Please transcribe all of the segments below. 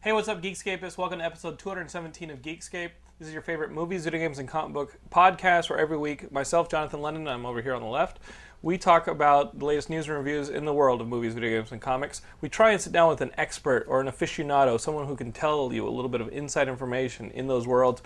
Hey, what's up, Geekscapists? Welcome to episode 217 of Geekscape. This is your favorite movies, video games, and comic book podcast, where every week, myself, Jonathan Lennon, I'm over here on the left, we talk about the latest news and reviews in the world of movies, video games, and comics. We try and sit down with an expert or an aficionado, someone who can tell you a little bit of inside information in those worlds.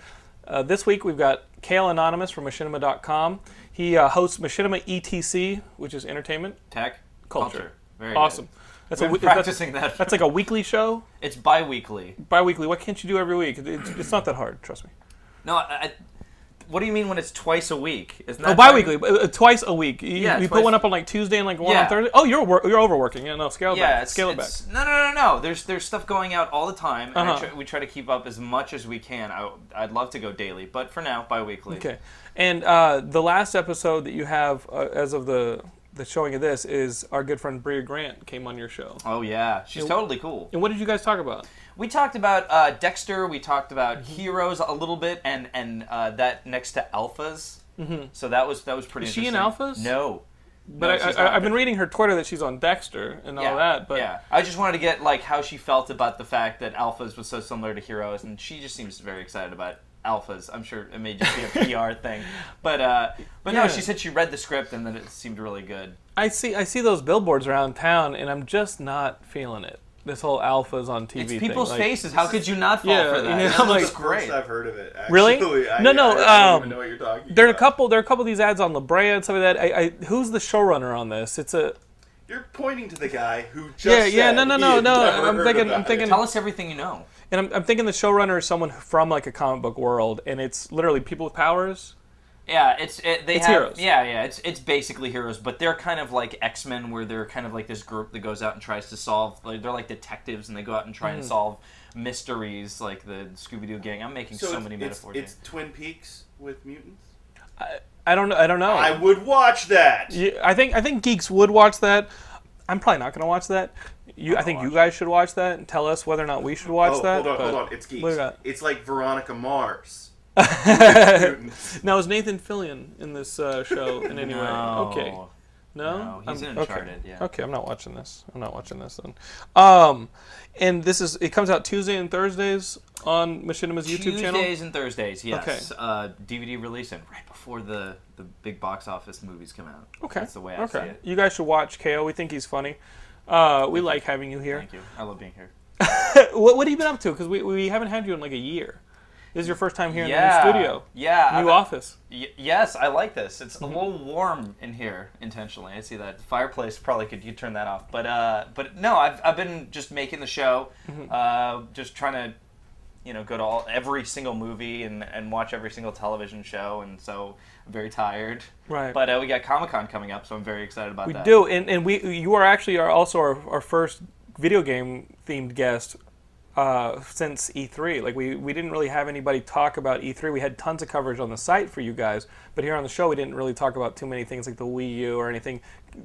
Uh, this week, we've got Kale Anonymous from Machinima.com. He uh, hosts Machinima ETC, which is entertainment, Tech culture. Very awesome. good. That's We've we- been practicing that's- that. That's like a weekly show, It's bi-weekly. bi-weekly. What can't you do every week? It's, it's not that hard, trust me. No, I, I, what do you mean when it's twice a week? Isn't that Oh, bi-weekly, uh, uh, twice a week. You, Yeah, you put twice. one up on like Tuesday and like one Yeah. on Thursday. Oh, you're wor- you're overworking. Yeah, no, scale it Yeah, back. it's, Scale it back. it's- No, no, no, no. There's there's stuff going out all the time, and I Uh-huh. try, we try to keep up as much as we can. I, I'd love to go daily, but for now, bi-weekly. Okay, and uh, the last episode that you have uh, as of the the showing of this is our good friend Bria Grant came on your show. Oh yeah, she's totally cool. And what did you guys talk about? We talked about uh, Dexter. We talked about Mm-hmm. Heroes a little bit, and and uh, that next to Alphas. Mm-hmm. So that was that was pretty. Is she in interesting. Alphas? No. But I, I, I've been reading her Twitter that she's on Dexter and all that. But yeah, I just wanted to get like how she felt about the fact that alphas was so similar to heroes, and she just seems very excited about alphas. I'm sure it may just be a PR thing, but uh, but Yeah. no, she said she read the script and that it seemed really good. I see I see those billboards around town, and I'm just not feeling it. This whole alphas on TV. It's thing, people's like- faces. How could you not fall Yeah, for that? yeah, That I'm looks like- great. First I've heard of it. Actually. Really? I, No, no, I, I don't um, even know what you're talking. There are a about. couple. There are a couple of these ads on La Brea and stuff like that. I, I who's the showrunner on this? It's a You're pointing to the guy who just. yeah, yeah. said No, no, he no, had no. never I'm heard thinking. about I'm it. thinking. Tell us everything you know. And I'm, I'm thinking the showrunner is someone from like a comic book world, and it's literally people with powers. Yeah, it's it, they It's have Heroes. yeah, yeah, it's it's basically heroes, but they're kind of like X-Men where they're kind of like this group that goes out and tries to solve like they're like detectives and they go out and Mm-hmm. try and solve mysteries like the Scooby-Doo gang. I'm making so, So, many it's, metaphors. it's, here. it's Twin Peaks with mutants. I don't know. I don't know. I would watch that. You- I think I think geeks would watch that. I'm probably not going to watch that. You, I think you guys should watch that and tell us whether or not we should watch oh, that. hold on, but- hold on. It's What do geeks. you got? It's like Veronica Mars. Mutants. Now is Nathan Fillion in this uh, show in any Oh, way? Okay. No, No, he's I'm- in Uncharted, Okay. yeah. Okay, I'm not watching this. I'm not watching this then. Um, and this is it comes out Tuesday and Thursdays on Machinima's YouTube Tuesdays channel. and Thursdays, yes. Okay. Uh, DVD release and right before the, the big box office movies come out. Okay. That's the way I okay. see it. You guys should watch KO. We think he's funny. Uh, we like having you here. Thank you. I love being here. What, what have you been up to? Because we, we haven't had you in like a year. This is your first time here Yeah. in the new studio. Yeah, New I've- office. Y- yes, I like this. It's a Mm-hmm. little warm in here intentionally. I see that the fireplace probably could you turn that off, but uh, but no, I've, I've been just making the show, Mm-hmm. uh, just trying to, you know, go to all every single movie and, and watch every single television show, and so I'm very tired. Right. But uh, we got Comic Con coming up, so I'm very excited about We that. do, and, and we you are actually are also our, our first video game themed guest uh, since E3. Like we, we didn't really have anybody talk about E3. We had tons of coverage on the site for you guys, but here on the show we didn't really talk about too many things like the Wii U or anything.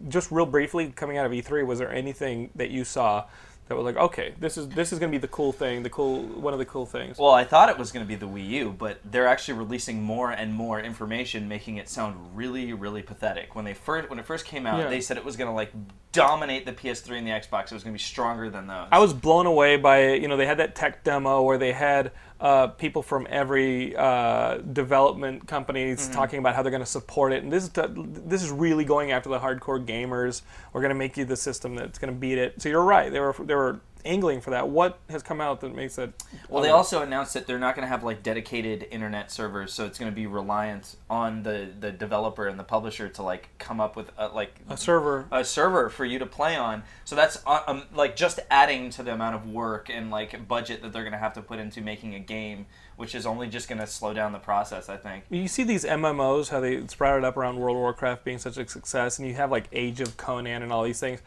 Just real briefly, coming out of E3, was there anything that you saw that was like, okay, this is this is going to be the cool thing, the cool one of the cool things? Well, I thought it was going to be the Wii U, but they're actually releasing more and more information, making it sound really, really pathetic. When they first when it first came out, Yeah. they said it was going to like dominate the PS3 and the Xbox. It was going to be stronger than those. I was blown away by you know they had that tech demo where they had uh, people from every uh, development companies talking about how they're going to support it. And this is t- this is really going after the hardcore gamers. We're going to make you the system that's going to beat it. So you're right. They were they were angling for that. What has come out that makes it? Well, they also announced that they're not going to have like dedicated internet servers, so it's going to be reliant on the the developer and the publisher to like come up with a, like a server. a server for you to play on. So that's uh, um, like just adding to the amount of work and like budget that they're going to have to put into making a game, which is only just going to slow down the process, I think. You see these MMOs, how they sprouted up around World of Warcraft being such a success, and you have like Age of Conan and all these things,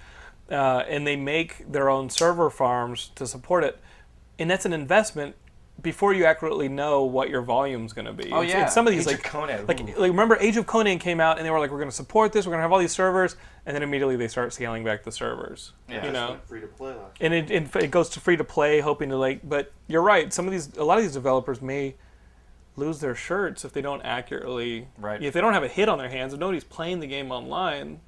uh, and they make their own server farms to support it, and that's an investment before you accurately know what your volume's going to be. Oh yeah. some of these Age like of Conan, like, ooh. like remember Age of Conan came out, and they were like, we're going to support this, we're going to have all these servers, and then immediately they start scaling back the servers. Yeah. you know, Free to play last. and it, it, it goes to free to play, hoping to like. But you're right. Some of these, a lot of these developers may lose their shirts if they don't accurately. Right. If they don't have a hit on their hands, if nobody's playing the game online,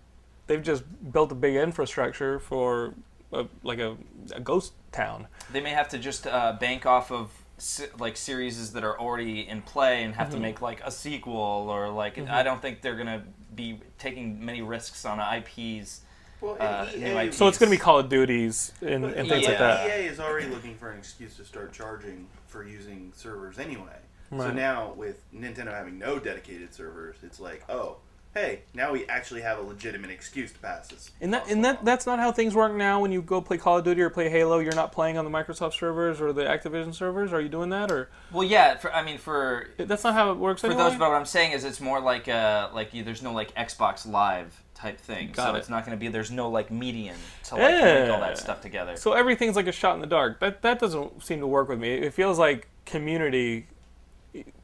they've just built a big infrastructure for a, like a, a ghost town. They may have to just uh, bank off of se- like series that are already in play and have to make like a sequel or like I don't think they're going to be taking many risks on IPs. Well, E and Uh, EA, new IP. So it's going to be Call of Duties and, but and things like Yeah. that. EA E is already looking for an excuse to start charging for using servers anyway. So now with Nintendo having no dedicated servers, it's like, oh, hey, now we actually have a legitimate excuse to pass this. And that and that that's not how things work now. When you go play Call of Duty or play Halo, you're not playing on the Microsoft servers or the Activision servers. Are you doing that or Well, yeah, for, I mean for that's not how it works for anyway? those, but what I'm saying is it's more like uh like you, there's no like Xbox Live type thing, Got so it. it's not going to be there's no like median to like link Yeah. all that stuff together. So everything's like a shot in the dark. That that doesn't seem to work with me. It feels like community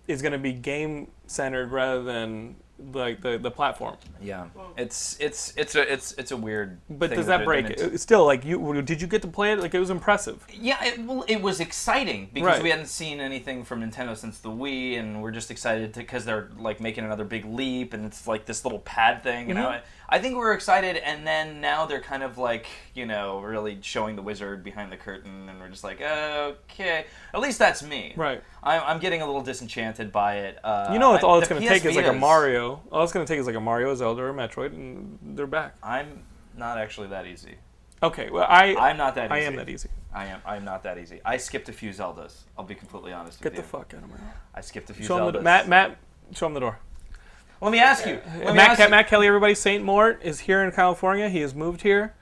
is going to be game centered rather than like the, the platform. yeah, it's it's it's a it's it's a weird. But thing does that that they're break doing. it? It's Still, like you did you get to play it? Like it was impressive. Yeah, it, well, it was exciting because Right. we hadn't seen anything from Nintendo since the Wii, and we're just excited because they're like making another big leap, and it's like this little pad thing. You know, Mm-hmm. I think we were excited, and then now they're kind of like you know really showing the wizard behind the curtain, and we're just like, okay, at least that's me. Right. I'm, I'm getting a little disenchanted by it. Uh, You know, it's, I- all it's the going to PS take is like a Vitas, Mario. All it's going to take is like a Mario, Zelda, or Metroid, and they're back. I'm not actually that easy. Okay, well I I'm not that. I easy. am that easy. I am. I'm not that easy. I skipped a few Zeldas. I'll be completely honest Get with the you. fuck out of my house. I skipped a few Show Zeldas. him the Matt Matt. Show him the door. Let me ask you. Let me Matt, ask you- Matt Kelly, everybody. Saint Mort is here in California. He has moved here.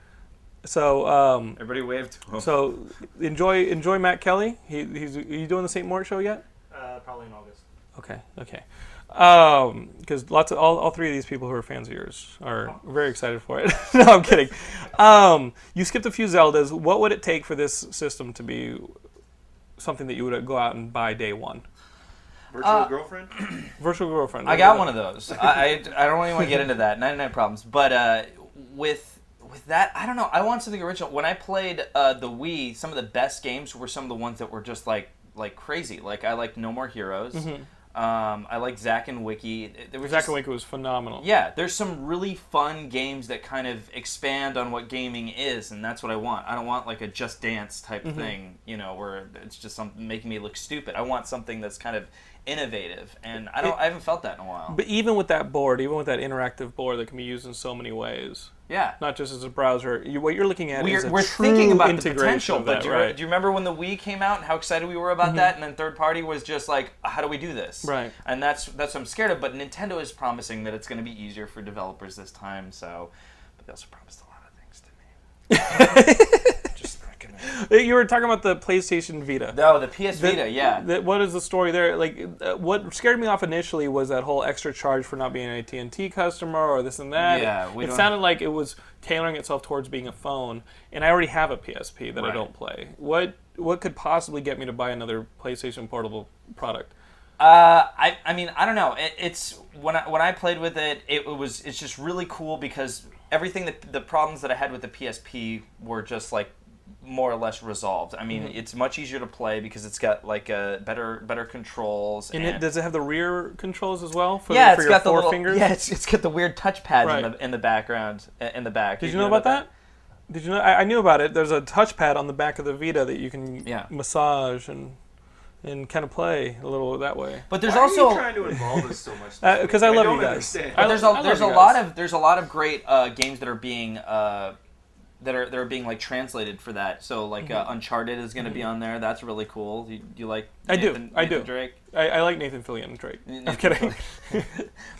So um, Everybody waved. So enjoy enjoy Matt Kelly. He, he's are you doing the St. Mort show yet? Uh, probably in August. Okay, okay. Because lots of all, all three of these people who are fans of yours Oh. are very excited for it. no, I'm kidding. Um, you skipped a few Zeldas. What would it take for this system to be something that you would go out and buy day one? Virtual girlfriend? Virtual girlfriend. I got one of those. I, I, I don't really want to get into that. 99 problems. But uh, with with that, I don't know. I want something original. When I played uh, the Wii, some of the best games were some of the ones that were just like like crazy. Like I liked No More Heroes. Um, I liked Zack and Wiki. There Mm-hmm. was Zack just- and Wake was phenomenal. Yeah, there's some really fun games that kind of expand on what gaming is, and that's what I want. I don't want like a Just Dance type thing, you know, where it's just something making me look stupid. I want something that's kind of innovative, and I don't. I haven't felt that in a while. But even with that board, even with that interactive board that can be used in so many ways, yeah. not just as a browser, you, what you're looking at is we're a we're true thinking about the integration potential, of but that, do you, right? Mm-hmm. do you remember when the Wii came out and how excited we were about that? And then third party was just like, how do we do this? Right. And that's that's what I'm scared of. But Nintendo is promising that it's going to be easier for developers this time. So, but they also promised a lot of things to me. just not gonna. You were talking about the PlayStation Vita. No, the PS Vita, yeah. That- what is the story there? Like, uh, what scared me off initially was that whole extra charge for not being an AT and T customer or this and that. Yeah, we it don't- sounded like it was tailoring itself towards being a phone, and I already have a PSP that I Right. don't play. What what could possibly get me to buy another PlayStation Portable product? Uh, I, I mean, I don't know. It, it's when I when I played with it, it was it's just really cool because everything that the problems that I had with the PSP were just like more or less resolved. I mean, Mm-hmm. it's much easier to play because it's got like a better better controls And it, does it have the rear controls as well for, yeah, for it's your got the four little, fingers? yeah, it's, it's got the weird touchpad Right. in the in the background in the back. Did you know about that? Did you know? I, I knew about it. There's a touchpad on the back of the Vita that you can Yeah. massage and and kind of play a little that way. But there's Why also are you trying to involve us so much? Uh, this 'cause week? I love don't you guys. Understand. I I love- there's a there's a you guys. lot of there's a lot of great uh, games that are being uh, that are that are being like translated for that. So like Mm-hmm. uh, Uncharted is going to be on there. That's really cool. Do you, do you like? I do. Nathan- I Nathan do. Drake. I, I like Nathan Fillion and Drake. I'm Nathan kidding.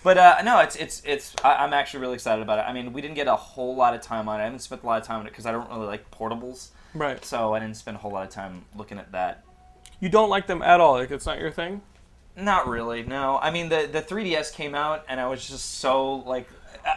But uh, no, it's it's it's. I, I'm actually really excited about it. I mean, we didn't get a whole lot of time on it. I haven't spent a lot of time on it because I don't really like portables, right. so I didn't spend a whole lot of time looking at that. You don't like them at all. Like it's not your thing. Not really. No, I mean the the 3ds came out, and I was just so like,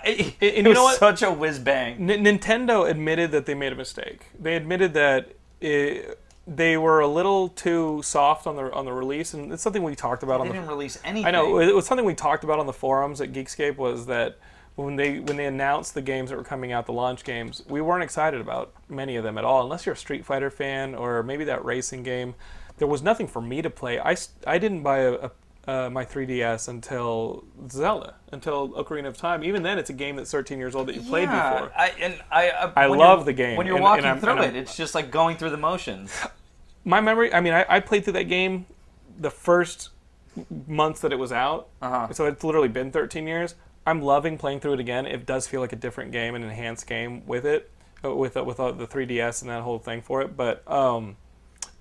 it, it, and you was know what? such a whiz bang. N- Nintendo admitted that they made a mistake. They admitted that it, they were a little too soft on the on the release, and it's something we talked about They on the didn't release anything. I know it was something we talked about on the forums at Geekscape was that when they when they announced the games that were coming out, the launch games, we weren't excited about many of them at all, unless you're a Street Fighter fan or maybe that racing game. There was nothing for me to play. I, s- I didn't buy a, a uh, my 3DS until Zelda, until Ocarina of Time. Even then, it's a game that's 13 years old that you have played Yeah, before. I, and I, uh, I when love you're- the game, When you're and- and walking I'm- through and I'm- it, it's just like going through the motions. my memory i mean I, I played through that game the first months that it was out so it's literally been 13 years i'm loving playing through it again it does feel like a different game an enhanced game with it uh, with uh, with uh, the 3ds and that whole thing for it but um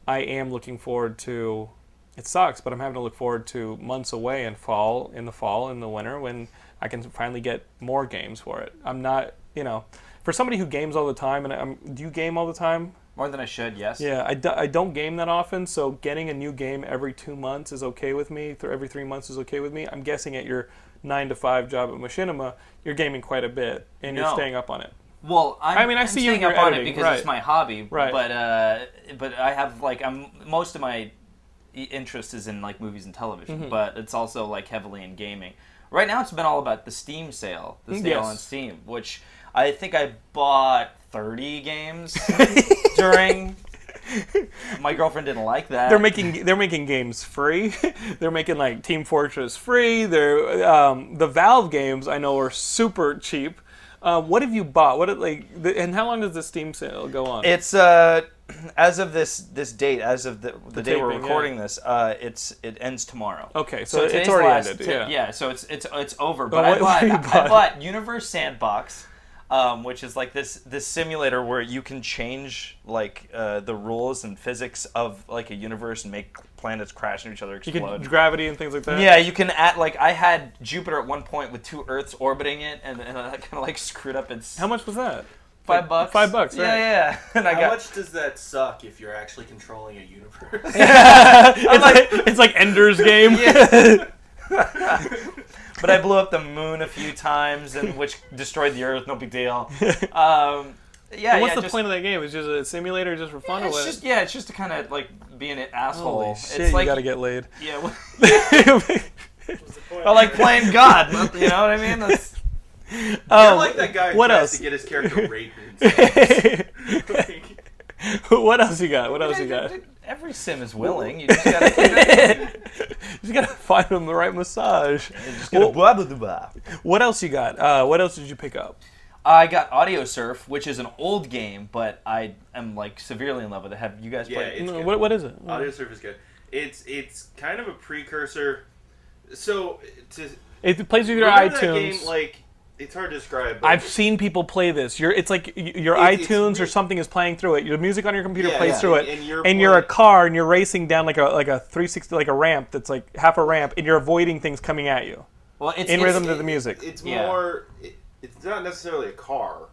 i am looking forward to it sucks but i'm having to look forward to months away and fall in the fall in the winter when i can finally get more games for it i'm not you know for somebody who games all the time and I'm, do you game all the time More than I should, yes. yeah, I, do, I don't game that often, so getting a new game every two months is okay with me. Th- every three months is okay with me. I'm guessing at your nine to five job at Machinima, you're gaming quite a bit and you're No. staying up on it. Well, I'm, mean, I am see you staying in up your on it editing, because right. it's my hobby. Right. But uh, but I have like I'm most of my i- interest is in like movies and television, Mm-hmm. but it's also like heavily in gaming. Right now, it's been all about the Steam sale, the sale Mm, yes. on Steam, which I think I bought 30 games during. My girlfriend didn't like that. They're making they're making games free. they're making like Team Fortress free. They're um, the Valve games I know are super cheap. Uh, what have you bought? What like the, and how long does the Steam sale go on? It's uh, as of this this date, as of the, the, day we're taping, yeah. recording this, uh, it's it ends tomorrow. Okay, so it's today's already last- ended, t- yeah. Oh, so it's it's it's over. what- But what I you bought, bought? I bought Universe Sandbox, um, which is like this this simulator where you can change like uh, the rules and physics of like a universe and make planets crash into each other, you explode. can gravity and things like that. Yeah, you can add like I had Jupiter at one point with two Earths orbiting it, and, and I kind of like screwed up its How much was that? five like, bucks. five bucks, Yeah, right. yeah. And I How got much does that suck if you're actually controlling a universe? It's like, it's like Ender's Game. but I blew up the moon a few times, and which destroyed the Earth. No big deal. Um, yeah. What's yeah, the just, point of that game? It's just a simulator just for fun or It's what? just yeah, it's just to kind of like be an asshole. Holy Oh, shit, it's like you gotta get laid. yeah, well, but like playing God. You know what I mean? That's, I Um, like that guy who what tries else? to get his character raped. And stuff. Like, what else you got? What else you got? Every sim is willing. You just gotta. keep it- You gotta find them the right massage. just gotta blah, blah, blah, blah. What else you got? Uh, what else did you pick up? I got Audio Surf, which is an old game, but I am like severely in love with it. Have you guys yeah, played? it? it's No, good. What, what is it? Audio Oh, Surf is good. It's it's kind of a precursor. So to It plays with your remember iTunes. that game, like it's hard to describe. But I've seen people play this. You're, it's like y- your It- it's iTunes or weird. something is playing through it. Your music on your computer Yeah, plays yeah. through it, And you're a playing- car and you're racing down like a like a 360 like a ramp that's like half a ramp, and you're avoiding things coming at you. well, it's, in it's- rhythm to the music. It's Yeah. more. It, it's not necessarily a car.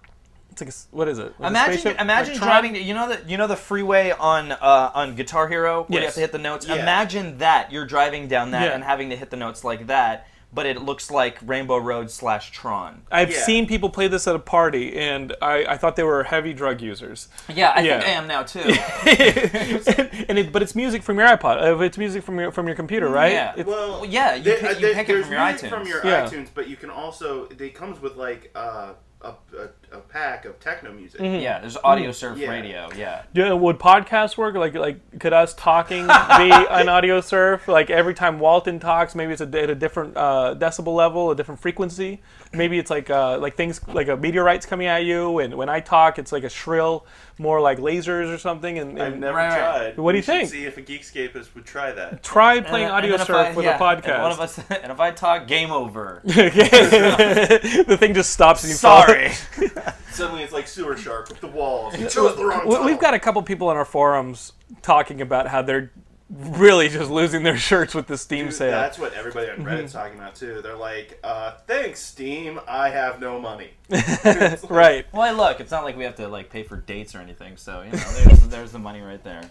It's like a s what is it? Like a Imagine, spaceship? imagine Like Tron? driving. You know the you know the freeway on uh, on Guitar Hero where you Yes. have to hit the notes. Yeah. Imagine that you're driving down that Yeah. and having to hit the notes like that, but it looks like Rainbow Road slash Tron. I've Yeah. seen people play this at a party, and I, I thought they were heavy drug users. Yeah, I Yeah. think I am now too. and it, but it's music from your iPod. uh, It's music from your from your computer, right? Mm, Yeah. It's- Well, Well, yeah, you there- pick- you there- pick it there's from your music iTunes. From your Yeah. iTunes, but you can also it comes with like uh, a, a, a pack of techno music. Mm-hmm. Yeah, there's audio surf Yeah. radio. Yeah. Yeah, uh, would podcasts work? Like, like could us talking be an audio surf? Like every time Walton talks, maybe it's a, at a different uh, decibel level, a different frequency. Maybe it's like uh, like things like a meteorite's coming at you, and when I talk, it's like a shrill, more like lasers or something. And, I've and never Right, right. tried. What do you We think? should See if a Geekscapist would try that. try playing And- audio and if surf I- with yeah, a And one of podcast. us, and if I talk, game over. the thing just stops and you fall. Sorry. Suddenly, it's like sewer shark with the walls. You chose the wrong We- tunnel. We've got a couple people on our forums talking about how they're really just losing their shirts with the Steam Dude, sale. That's what everybody on Reddit's Mm-hmm. talking about too. They're like, uh, "Thanks, Steam. I have no money." right. well, hey, look, it's not like we have to like pay for dates or anything. So you know, there's, there's the money right there.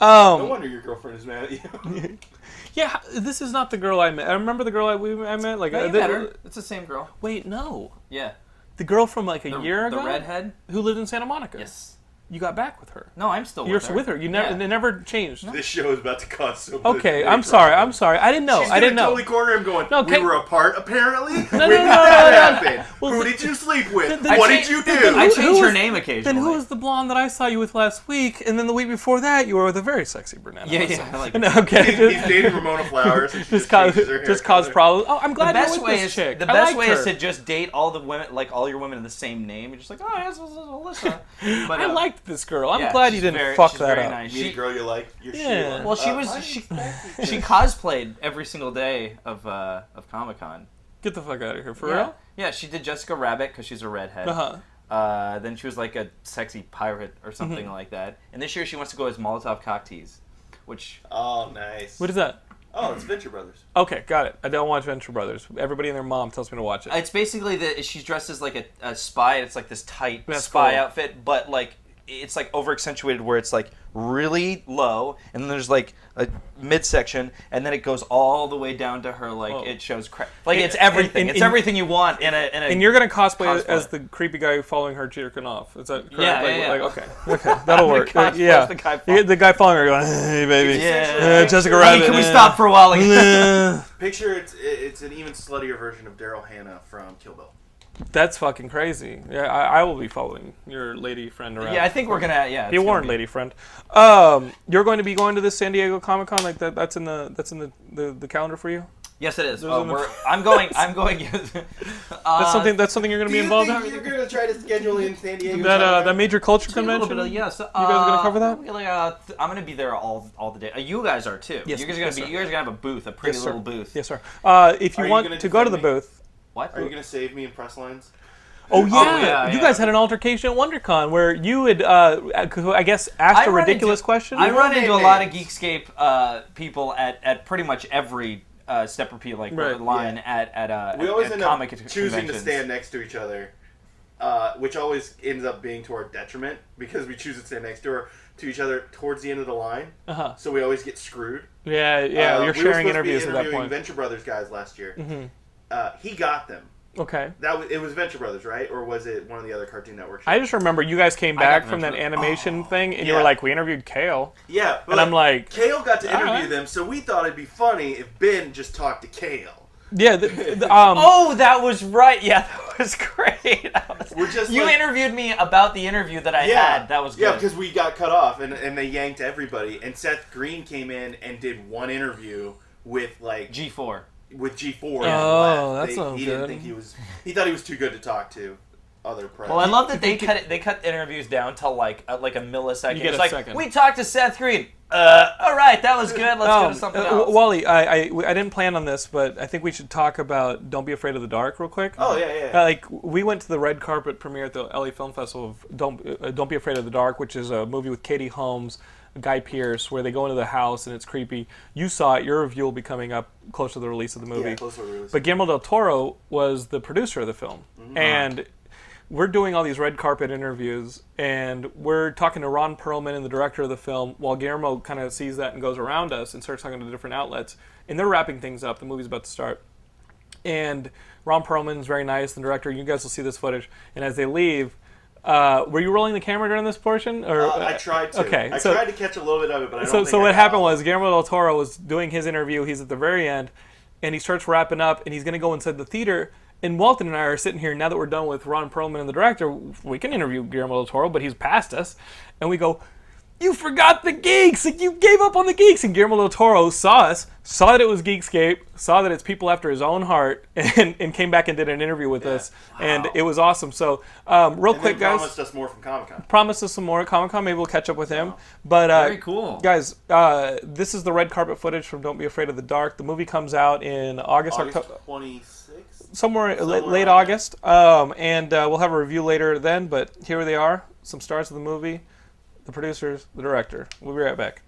No wonder your girlfriend is mad at you. Yeah, this is not the girl I met. I remember the girl I, we, I met. Like, uh, No, you the- met her. It's the same girl. Wait, no, Yeah. the girl from like a The, year the ago, redhead. who lived in Santa Monica. Yes. you got back with her. No, I'm still You're with her. with her. You never, Yeah. it never changed. this show is about to cause so. much Okay, big I'm sorry. trouble. I'm sorry. I didn't know. She's I didn't gonna know. Totally corner him going. No, we Kate- were apart apparently. No, no, no, no, no. Well, Who the- did you sleep with? the- what I did changed- you the- the- I Who- do? change who her was- name Then occasionally. who was the blonde that I saw you with last week? And then the week before that, you were with a very sexy brunette. Yeah, also. yeah. I like Okay. He's Just, dating Ramona Flowers. and she just Just, cause, changes her hair just cause color. problems. Oh, I'm glad the you're best with way this is chick. the I best liked way is her. to just date all the women, like all your women in the same name. You're just like, oh, yes, this is Alyssa. But I uh, liked this girl. I'm yeah, glad you she's didn't very- fuck she's that very up. nice. Meet a She, girl you like. You're Yeah. Sheila. well, she Uh, was hi. she, she cosplayed every single day of uh, of Comic Con. Get the fuck out of here, for Yeah. real. yeah, she did Jessica Rabbit because she's a redhead. Uh-huh. Mm-hmm. Uh, then she was like a sexy pirate or something like that. And this year she wants to go as Molotov cocktees, which Oh, nice. What is that? Oh, it's Venture Brothers. Okay, got it. I don't watch Venture Brothers. Everybody and their mom tells me to watch it. it's basically that she's dressed as like a, a spy. and It's like this tight That's spy cool. outfit, but like it's like over accentuated where it's like really low, and then there's like a midsection, and then it goes all the way down to her. Like Whoa. it shows cra- like it's And- everything. and- it's and- everything you want in a in a. and you're gonna cosplay, Cosplay. as the creepy guy following her jerking off. Is that correct? Yeah, like, yeah, yeah. like, okay, okay, that'll work. cosplay as yeah, the guy You get the guy following her going, hey baby, Yeah. Uh, Jessica Hey, Rabbit. can we eh. stop for a while? again? Picture it's it's an even sluttier version of Daryl Hannah from Kill Bill. That's fucking crazy. Yeah, I, I will be following your lady friend around. yeah, I think we're gonna. Yeah, Be it's warned, gonna lady friend. Um, you're going to be going to this San Diego Comic Con. Like that. That's in the that's in the, the, the calendar for you. Yes, it is. Those Uh, are the- we're, I'm going. I'm going. That's uh, something. That's something you're going to be involved in. you're gonna try to schedule in San Diego? That uh, that major culture A little convention. bit of, yeah, so, You guys are gonna uh, cover that? Like, uh, th- I'm gonna be there all all the day. Uh, you guys are too. Yes, you guys are gonna yes, be. sir. You guys are gonna have a booth, a pretty Yes, sir. little booth. Yes, sir. Uh, if you Are you want gonna to go to the defend me? booth, What? Are you gonna save me in press lines? Oh yeah, yeah, you yeah. guys had an altercation at WonderCon where you had, uh, I guess, asked I a run ridiculous into, question. I run into a names. lot of Geekscape uh, people at, at pretty much every uh, step repeat like Right. line at at uh, We at- always at end comic up choosing to conventions. stand next to each other, uh, which always ends up being to our detriment because we choose to stand next door to each other towards the end of the line. Uh-huh. So we always get screwed. yeah, yeah, Uh, you're we sharing were supposed to be interviews at that interviewing point. Mm-hmm. Venture Brothers guys last year. Uh, he got them. okay, That was, it was Venture Brothers, right? Or was it one of the other Cartoon Network shows? I just remember you guys came got back from that mentioned. animation thing, and you were Oh, yeah. like, "We interviewed Kale." Yeah, but And I'm like, Kale got to interview right. them, so we thought it'd be funny if Ben just talked to Kale. Yeah, the, the, um, Oh, that was right. Yeah, that was great. That was- We're just you like- interviewed me about the interview that I Yeah, had. That was good. yeah, because we got cut off and, and they yanked everybody, and Seth Green came in and did one interview with like G- G4. with G four. Oh, that's they, not he good. didn't think he was. He thought he was too good to talk to other press. Well, I love that they cut it, they cut the interviews down to like a, like a millisecond. You get it's a like second. we talked to Seth Green. Uh, all right, that was good. Let's go to Um, something uh, else. Wally, I, I I didn't plan on this, but I think we should talk about "Don't Be Afraid of the Dark" real quick. Oh, yeah, yeah, yeah. Uh, like we went to the red carpet premiere at the LA Film Festival of "Don't uh, Don't Be Afraid of the Dark," which is a movie with Katie Holmes, Guy Pearce, where they go into the house and it's creepy. You saw it. Your review will be coming up close to the release of the movie. Yeah, close to the release. But Guillermo del Toro was the producer of the film, Mm-hmm. Uh-huh. and we're doing all these red carpet interviews and we're talking to Ron Perlman and the director of the film while Guillermo kind of sees that and goes around us and starts talking to different outlets and they're wrapping things up the movie's about to start and Ron Perlman's very nice the director you guys will see this footage and as they leave uh, were you rolling the camera during this portion or Uh, I tried to. okay I so- tried to catch a little bit of it, but I don't so, think so I what got happened it. was Guillermo del Toro was doing his interview. He's at the very end, and he starts wrapping up, and he's going to go inside the theater. And Walton and I are sitting here now that we're done with Ron Perlman and the director. We can interview Guillermo del Toro, but he's past us. And we go, You forgot the geeks! Like, You gave up on the geeks! And Guillermo del Toro saw us, saw that it was Geekscape, saw that it's people after his own heart, and, and came back and did an interview with us. And it was awesome. So, um, real And they quick, guys promised us more from Comic Con. promised us some more at Comic Con. Maybe we'll catch up with him. But uh, Very cool. guys. Uh, this is the red carpet footage from Don't Be Afraid of the Dark. The movie comes out in August, August October, 26th? somewhere, la- somewhere late around August. Um, and uh, we'll have a review later then. But here they are: some stars of the movie, the producers, the director. We'll be right back.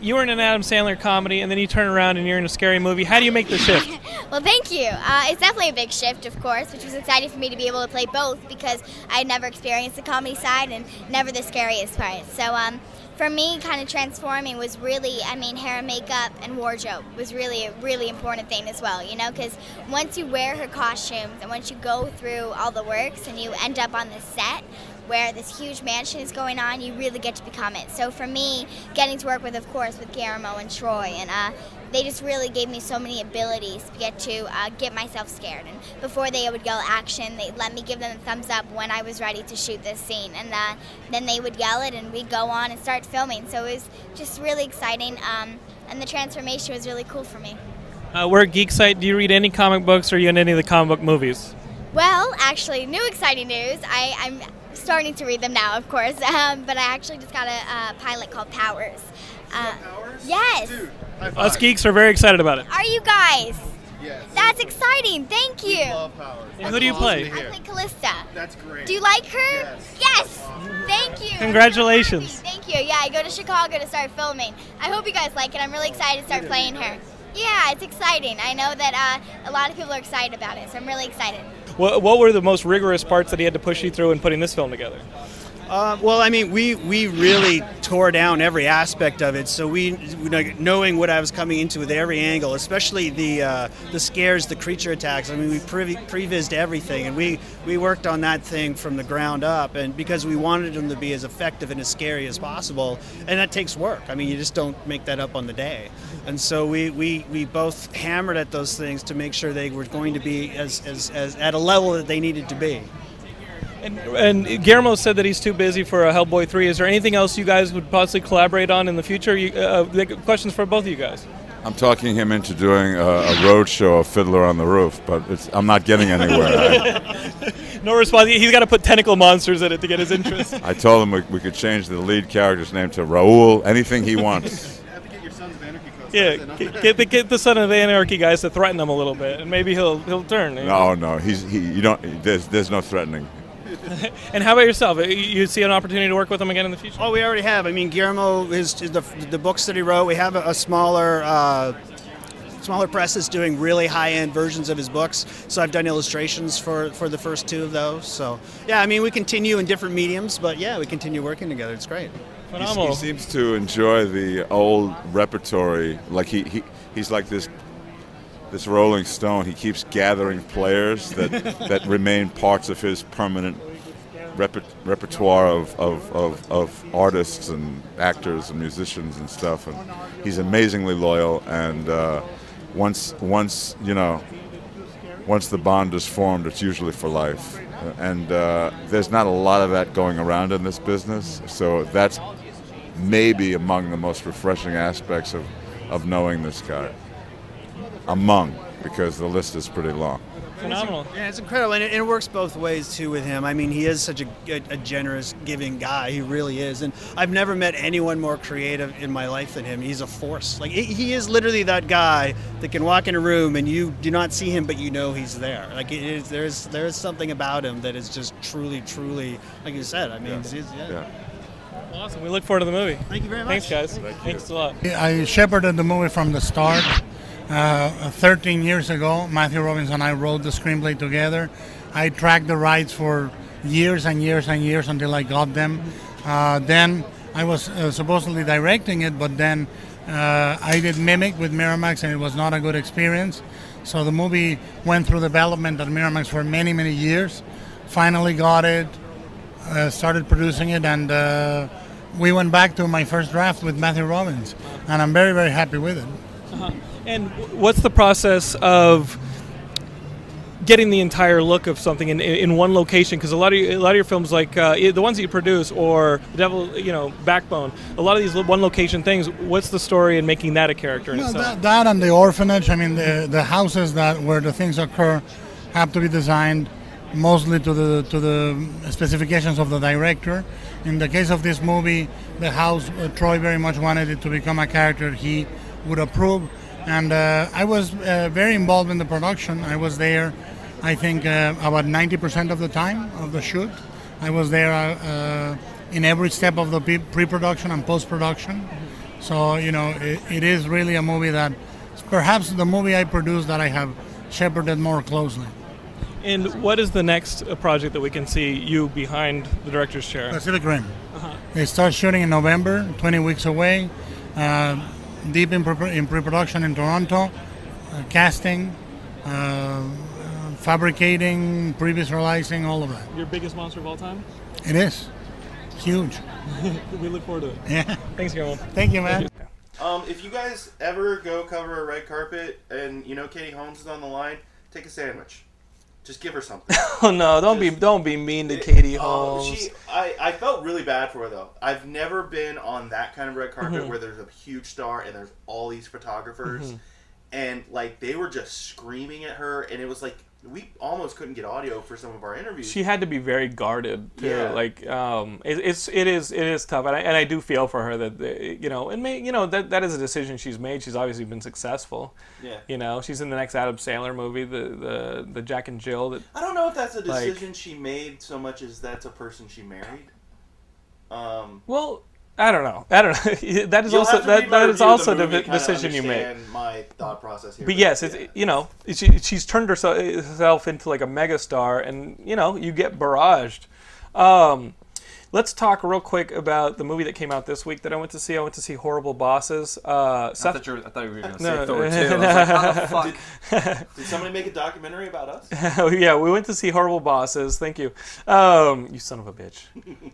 You were in an Adam Sandler comedy, and then you turn around and you're in a scary movie. How do you make the shift? Well, thank you. Uh, it's definitely a big shift, of course, which was exciting for me to be able to play both because I had never experienced the comedy side and never the scariest part. So, um, for me, kind of transforming was really, I mean, hair and makeup and wardrobe was really a really important thing as well, you know, because once you wear her costumes and once you go through all the works and you end up on the set, where this huge mansion is going on, you really get to become it. So for me, getting to work with, of course, with Guillermo and Troy, and uh, they just really gave me so many abilities to get to uh, get myself scared. And before they would yell action, they let me give them a thumbs up when I was ready to shoot this scene, and uh, then they would yell it, and we'd go on and start filming. So it was just really exciting, um, and the transformation was really cool for me. Uh, we're at Geek Site. Do you read any comic books? Or are you in any of the comic book movies? Well, actually, new exciting news. I, I'm starting to read them now, of course, um, but I actually just got a, uh pilot called Powers. Uh, Powers? yes. Dude, high five. Us geeks are very excited about it. Are you guys? Yes. That's exciting. Thank you. Love Powers. And who do you That's awesome play? to I hear. play Callista. That's great. Do you like her? Yes. Thank you. I'm so Congratulations. happy. Thank you. Yeah, I go to Chicago to start filming. I hope you guys like it. I'm really Oh, excited to start playing her. Yeah, it's exciting. I know that uh, a lot of people are excited about it, so I'm really excited. What, what were the most rigorous parts that he had to push you through in putting this film together? Uh, well, I mean, we, we really tore down every aspect of it. So we, knowing what I was coming into with every angle, especially the uh, the scares, the creature attacks. I mean, we pre- prevised everything, and we we worked on that thing from the ground up, and because we wanted them to be as effective and as scary as possible, and that takes work. I mean, you just don't make that up on the day. And so we we, we both hammered at those things to make sure they were going to be as, as, as at a level that they needed to be. And, and Guillermo said that he's too busy for a Hellboy 3. Is there anything else you guys would possibly collaborate on in the future? You, uh, uh, questions for both of you guys. I'm talking him into doing a, a road show of Fiddler on the Roof, but it's, I'm not getting anywhere. No response. He's got to put tentacle monsters in it to get his interest. I, I told him we, we could change the lead character's name to Raul, anything he wants. I have to get your sons of anarchy coats. yeah, That's get, it. get the, get the son of the anarchy guys to threaten him a little bit, and maybe he'll he'll turn. you know? No, no, he's he, you don't. There's there's no threatening. And how about yourself? You- You see an opportunity to work with him again in the future? Oh, we already have. I mean, Guillermo is the, the books that he wrote. We have a, a smaller. Uh, Smaller press is doing really high-end versions of his books, so I've done illustrations for, for the first two of those. So yeah, I mean we continue in different mediums, but yeah, we continue working together. It's great. He, s- Phenomenal. he seems to enjoy the old repertory. Like he, he he's like this this Rolling Stone. He keeps gathering players that that remain parts of his permanent reper- repertoire of, of, of, of artists and actors and musicians and stuff. And he's amazingly loyal. And uh, once once you know once the bond is formed, it's usually for life. Uh, And uh, there's not a lot of that going around in this business, so that's maybe among the most refreshing aspects of, of knowing this guy. Among, because the list is pretty long. Phenomenal. Yeah, it's incredible, and it, and it works both ways too with him. I mean, he is such a, a, a generous, giving guy. He really is, and I've never met anyone more creative in my life than him. He's a force. Like he- he is literally that guy that can walk in a room and you do not see him, but you know he's there. Like it is, there's there's something about him that is just truly, truly, like you said. I mean, he's- he's- yeah. Yeah. Awesome. We look forward to the movie. Thank you very much. Thanks, guys. Thanks a lot. I shepherded the movie from the start. Uh, 13 years ago, Matthew Robbins and I wrote the screenplay together. I tracked the rights for years and years and years until I got them. Uh, then I was uh, supposedly directing it, but then uh, I did Mimic with Miramax and it was not a good experience. So the movie went through development at Miramax for many, many years. Finally got it, uh, started producing it, and uh, we went back to my first draft with Matthew Robbins, and I'm very, very happy with it. And w- what's the process of getting the entire look of something in, in one location because a lot of you, a lot of your films like uh, i- the ones that you produce or the devil you know backbone a lot of these lo- one location things what's the story in making that a character in Well, itself that, that and the orphanage. I mean, the, the houses that where the things occur have to be designed mostly to the to the specifications of the director. In the case of this movie, the house uh, Troy very much wanted it to become a character he would approve, and uh, I was uh, very involved in the production. I was there, I think, uh, about 90% of the time of the shoot. I was there uh, uh, in every step of the pe- pre-production and post-production. So you know, it, it is really a movie that it's perhaps the movie I produced that I have shepherded more closely. and what is the next uh, project that we can see you behind the director's chair Uh-huh. Pacific Rim. They start shooting in November, 20 weeks away. Uh, deep in, pre- in pre-production in Toronto, uh, casting, uh, uh, fabricating, pre-visualizing, all of that. your biggest monster of all time It is huge. we look forward to it Yeah. thanks Guillermo. Thank you, man. Um, if you guys ever go cover a red carpet and you know Katie Holmes is on the line, take a sandwich. Just give her something. oh no don't be don't be mean to katie holmes Um, she, I, I felt really bad for her though. I've never been on that kind of red carpet Mm-hmm. where there's a huge star and there's all these photographers, and like they were just screaming at her, and it was like we almost couldn't get audio for some of our interviews. she had to be very guarded too. Yeah. Like um, it, it's it is it is tough, and I, and I do feel for her that uh, you know and may, you know that that is a decision she's made. She's obviously been successful. Yeah. You know, she's in the next Adam Sandler movie, the the, the Jack and Jill. That I don't know if that's a Like- decision she made so much as that's a person she married. Um, well, I don't know. I don't know. that is you'll also have to read that, my that review is of the also the movie to kinda decision you make. understand My thought process here, But yes, it's, yeah. you know she, she's turned herself, herself into like a megastar, and you know you get barraged. Um, let's talk real quick about the movie that came out this week that I went to see. I went to see Horrible Bosses. Uh, I Seth, thought, you were, I thought you were going to No. say Thor 2. I was like, how the fuck? Did somebody make a documentary about us? yeah, we went to see Horrible Bosses. Thank you, um, you son of a bitch.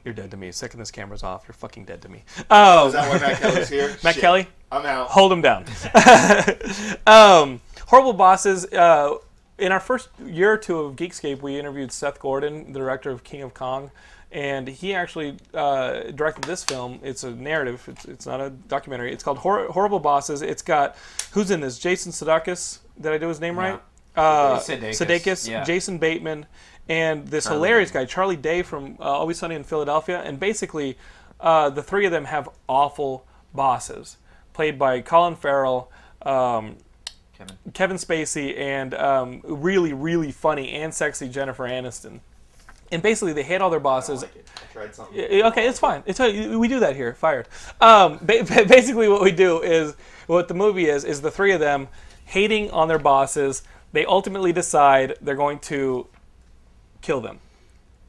You're dead to me. Second this camera's off, you're fucking dead to me. Um, Is that why Matt Kelly's here? Matt Shit. Kelly? I'm out. hold him down. um, horrible bosses. Uh, in our first year or two of Geekscape, we interviewed Seth Gordon, the director of King of Kong, and he actually uh, directed this film. It's a narrative. It's, it's not a documentary. It's called Hor- Horrible Bosses. It's got who's in this? Jason Sudeikis. Did I do his name right? Uh, Sudeikis, Sudeikis, yeah. Jason Bateman, and this hilarious guy Charlie Day from uh, Always Sunny in Philadelphia, and basically uh, the three of them have awful bosses, played by Colin Farrell, um, Kevin. Kevin Spacey, and um, really really funny and sexy Jennifer Aniston. And basically, they hate all their bosses, I tried something. Eh, Okay, it's fine. It's we do that here. Fired. Um, ba- ba- basically, what we do is what the movie is is the three of them hating on their bosses. They ultimately decide they're going to kill them.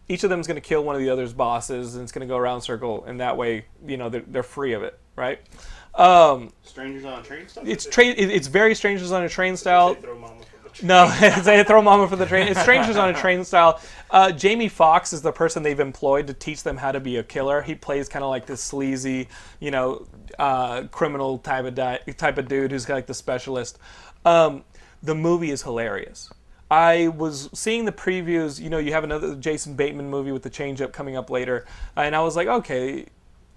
Each of them is going to kill one of the other's bosses, and it's going to go around circle. And that way, you know, they're, they're free of it, right? Um, Strangers on a train stuff? it's tra- it- It's very Strangers on a Train style. Throw mama from the train. No, it's a throw mama for the train. It's strangers on a train style. Uh, Jamie Foxx is the person they've employed to teach them how to be a killer. He plays kind of like this sleazy, you know, uh, criminal type of di- type of dude who's kinda like the specialist. Um, the movie is hilarious. I was seeing the previews. You know, you have another Jason Bateman movie with the change up coming up later, and I was like, okay,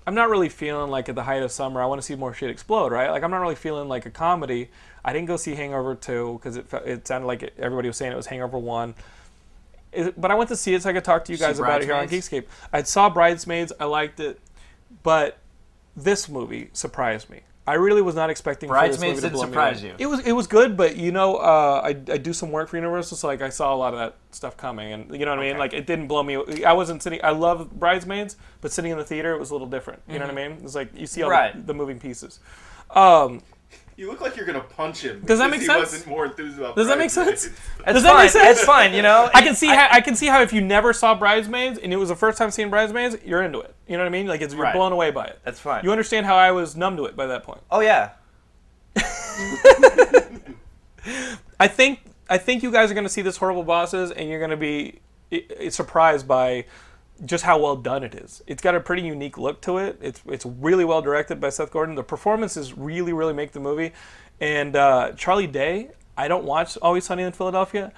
I'm not really feeling like at the height of summer. I want to see more shit explode, right? Like I'm not really feeling like a comedy. I didn't go see Hangover Two because it fe- it sounded like it, everybody was saying it was Hangover One. It- but I went to see it so I could talk to you see guys about it here on Bridesmaids? Geekscape. I saw Bridesmaids. I liked it, but this movie surprised me. I really was not expecting for this movie Bridesmaids to didn't blow me surprise away. you. It was it was good, but you know, uh, I, I do some work for Universal, so like I saw a lot of that stuff coming, and you know what I mean. Like it didn't blow me. I wasn't sitting. I love Bridesmaids, but sitting in the theater, it was a little different. You know what I mean? It's like you see all the- the, Mm-hmm. Right. moving pieces. Um, You look like you're going to punch him. Does that because make he sense? wasn't more enthused about does that make Bridesmaids. sense? It's does fine. that make sense? It's fine, you know? I can see how I can see how if you never saw Bridesmaids and it was the first time seeing Bridesmaids, you're into it. You know what I mean? Like it's you're Right. blown away by it. That's fine. You understand how I was numb to it by that point. oh, yeah. I think I think you guys are going to see this horrible bosses, and you're going to be i- i- surprised by just how well done it is. It's got a pretty unique look to it. It's it's really well directed by Seth Gordon. The performances really really make the movie, and uh, Charlie Day. I don't watch Always Sunny in Philadelphia.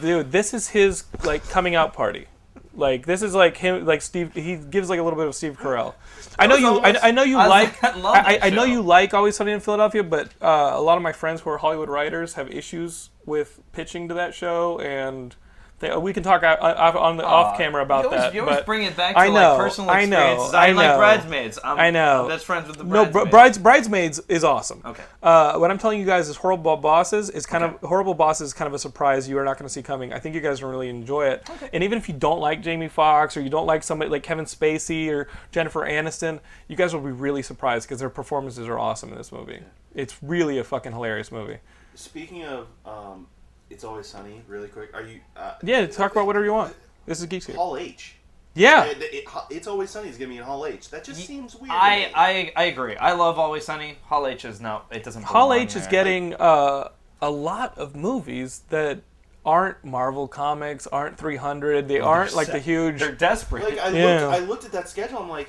Dude, this is his like coming out party. Like this is like him, like Steve. He gives like a little bit of Steve Carell. I know you. almost- I, I know you I was like. like, I love I, that I know show. you like Always Sunny in Philadelphia, but uh, a lot of my friends who are Hollywood writers have issues with pitching to that show, and they, we can talk out, out- on the off camera about you always, that. You always but bring it back to I know, like personal I know, experiences. I know, like bridesmaids. I'm, I know. I'm best friends with the No, bridesmaids. br- brides, bridesmaids is awesome. Okay. Uh, what I'm telling you guys is horrible bosses is kind of horrible bosses is kind of a surprise you are not going to see coming. I think you guys will really enjoy it. And even if you don't like Jamie Foxx or you don't like somebody like Kevin Spacey or Jennifer Aniston, you guys will be really surprised because their performances are awesome in this movie. It's really a fucking hilarious movie. Speaking of, um, it's always sunny. Really quick, are you? Uh, Yeah, talk about whatever you want. This is Geekscape. Hall H. Yeah. It- it- it's always sunny is gonna be in Hall H. That just seems weird. to I, me. I I agree. I love Always Sunny. Hall H is no, it doesn't. Hall belong H is there. getting uh, a lot of movies that aren't Marvel comics, aren't 300. They aren't like the huge. They're desperate. like I Yeah. looked. I looked at that schedule. I'm like,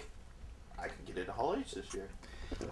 I could get into Hall H this year.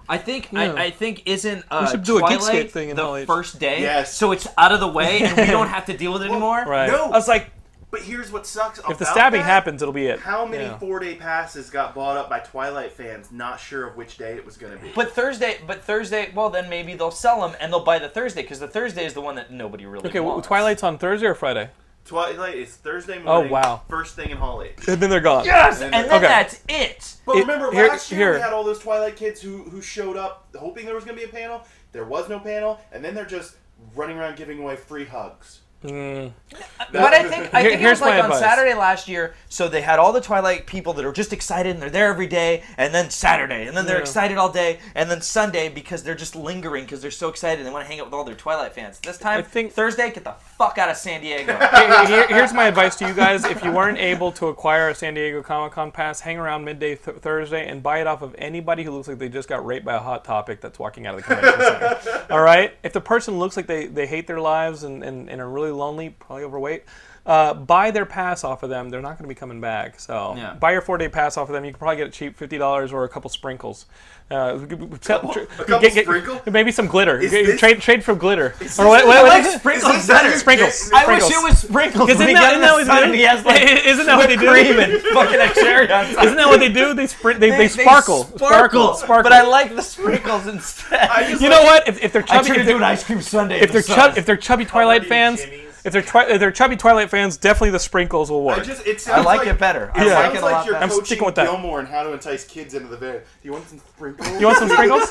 I think Yeah. I, I think isn't uh, should do a Geekscape Twilight thing in the Hall H. first day. Yes. So it's out of the way and we don't have to deal with it anymore. Right. No. I was like, But here's what sucks. if the stabbing happens, it'll be it. How many Yeah. four day passes got bought up by Twilight fans, not sure of which day it was going to be? But Thursday, but Thursday, well then maybe they'll sell them and they'll buy the Thursday because the Thursday is the one that nobody really Okay, well, wants. Twilight's on Thursday or Friday, Twilight is Thursday morning. Oh, wow. First thing in Hall H. and then they're gone. Yes, and then Okay. that's it. But It- remember here- last year here. we had all those Twilight kids who who showed up hoping there was going to be a panel. There was no panel, and then they're just running around giving away free hugs. But I Here- think I think it here's was like my on advice. Saturday last year. So they had all the Twilight people that are just excited and they're there every day, and then Saturday, and then they're excited all day, and then Sunday because they're just lingering because they're so excited and they want to hang out with all their Twilight fans. This time, I think- Thursday, get the fuck out of San Diego. Here- here- here's my advice to you guys: if you weren't able to acquire a San Diego Comic Con pass, hang around midday th- Thursday and buy it off of anybody who looks like they just got raped by a hot topic that's walking out of the convention center. All right, if the person looks like they, they hate their lives and, and, and are really lonely, probably overweight. Uh, buy their pass off of them. They're not going to be coming back. So Yeah. buy your four day pass off of them. You can probably get it cheap, fifty dollars or a couple sprinkles. Uh, couple sprinkle? Maybe some glitter. Is Get- this- trade trade for glitter. Or this- what- what- I what like is it? sprinkles Is this- better. Sprinkles. I I wish it was sprinkled. Because isn't We that, got isn't in that the what sun they and do? he has, like, isn't that what they do? cream and fucking a cherry on top. Isn't that what they do? They sprint. They, they, sparkle. sparkle, Sparkle. But I like the sprinkles instead. I just You like- know what? If, if they're I chubby, turned if they're, into an ice cream sundae. if they're, chub, if they're chubby Twilight in fans, jimmies. if they're twi- if they're chubby Twilight fans, definitely the sprinkles will work. I just it sounds like it better. I It like sounds it a like lot you're better. I'm coaching sticking with that. Gilmore and how to entice kids into the van. Do you want some sprinkles? you want some sprinkles?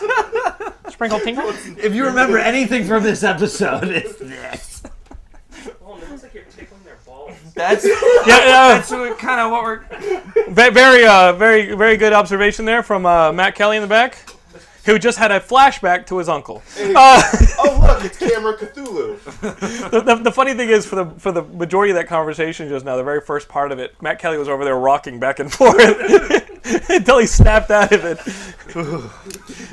Sprinkle tingle. if you remember anything from this episode, it's this. Oh, it looks like you're tickling their balls. That's Yeah, that's kind of what we're. uh, ve- very, uh, very, very good observation there from uh, Matt Kelly in the back, who just had a flashback to his uncle. oh look, it's Camera Cthulhu. the, the funny thing is, for the for the majority of that conversation just now, the very first part of it, Matt Kelly was over there rocking back and forth until he snapped out of it.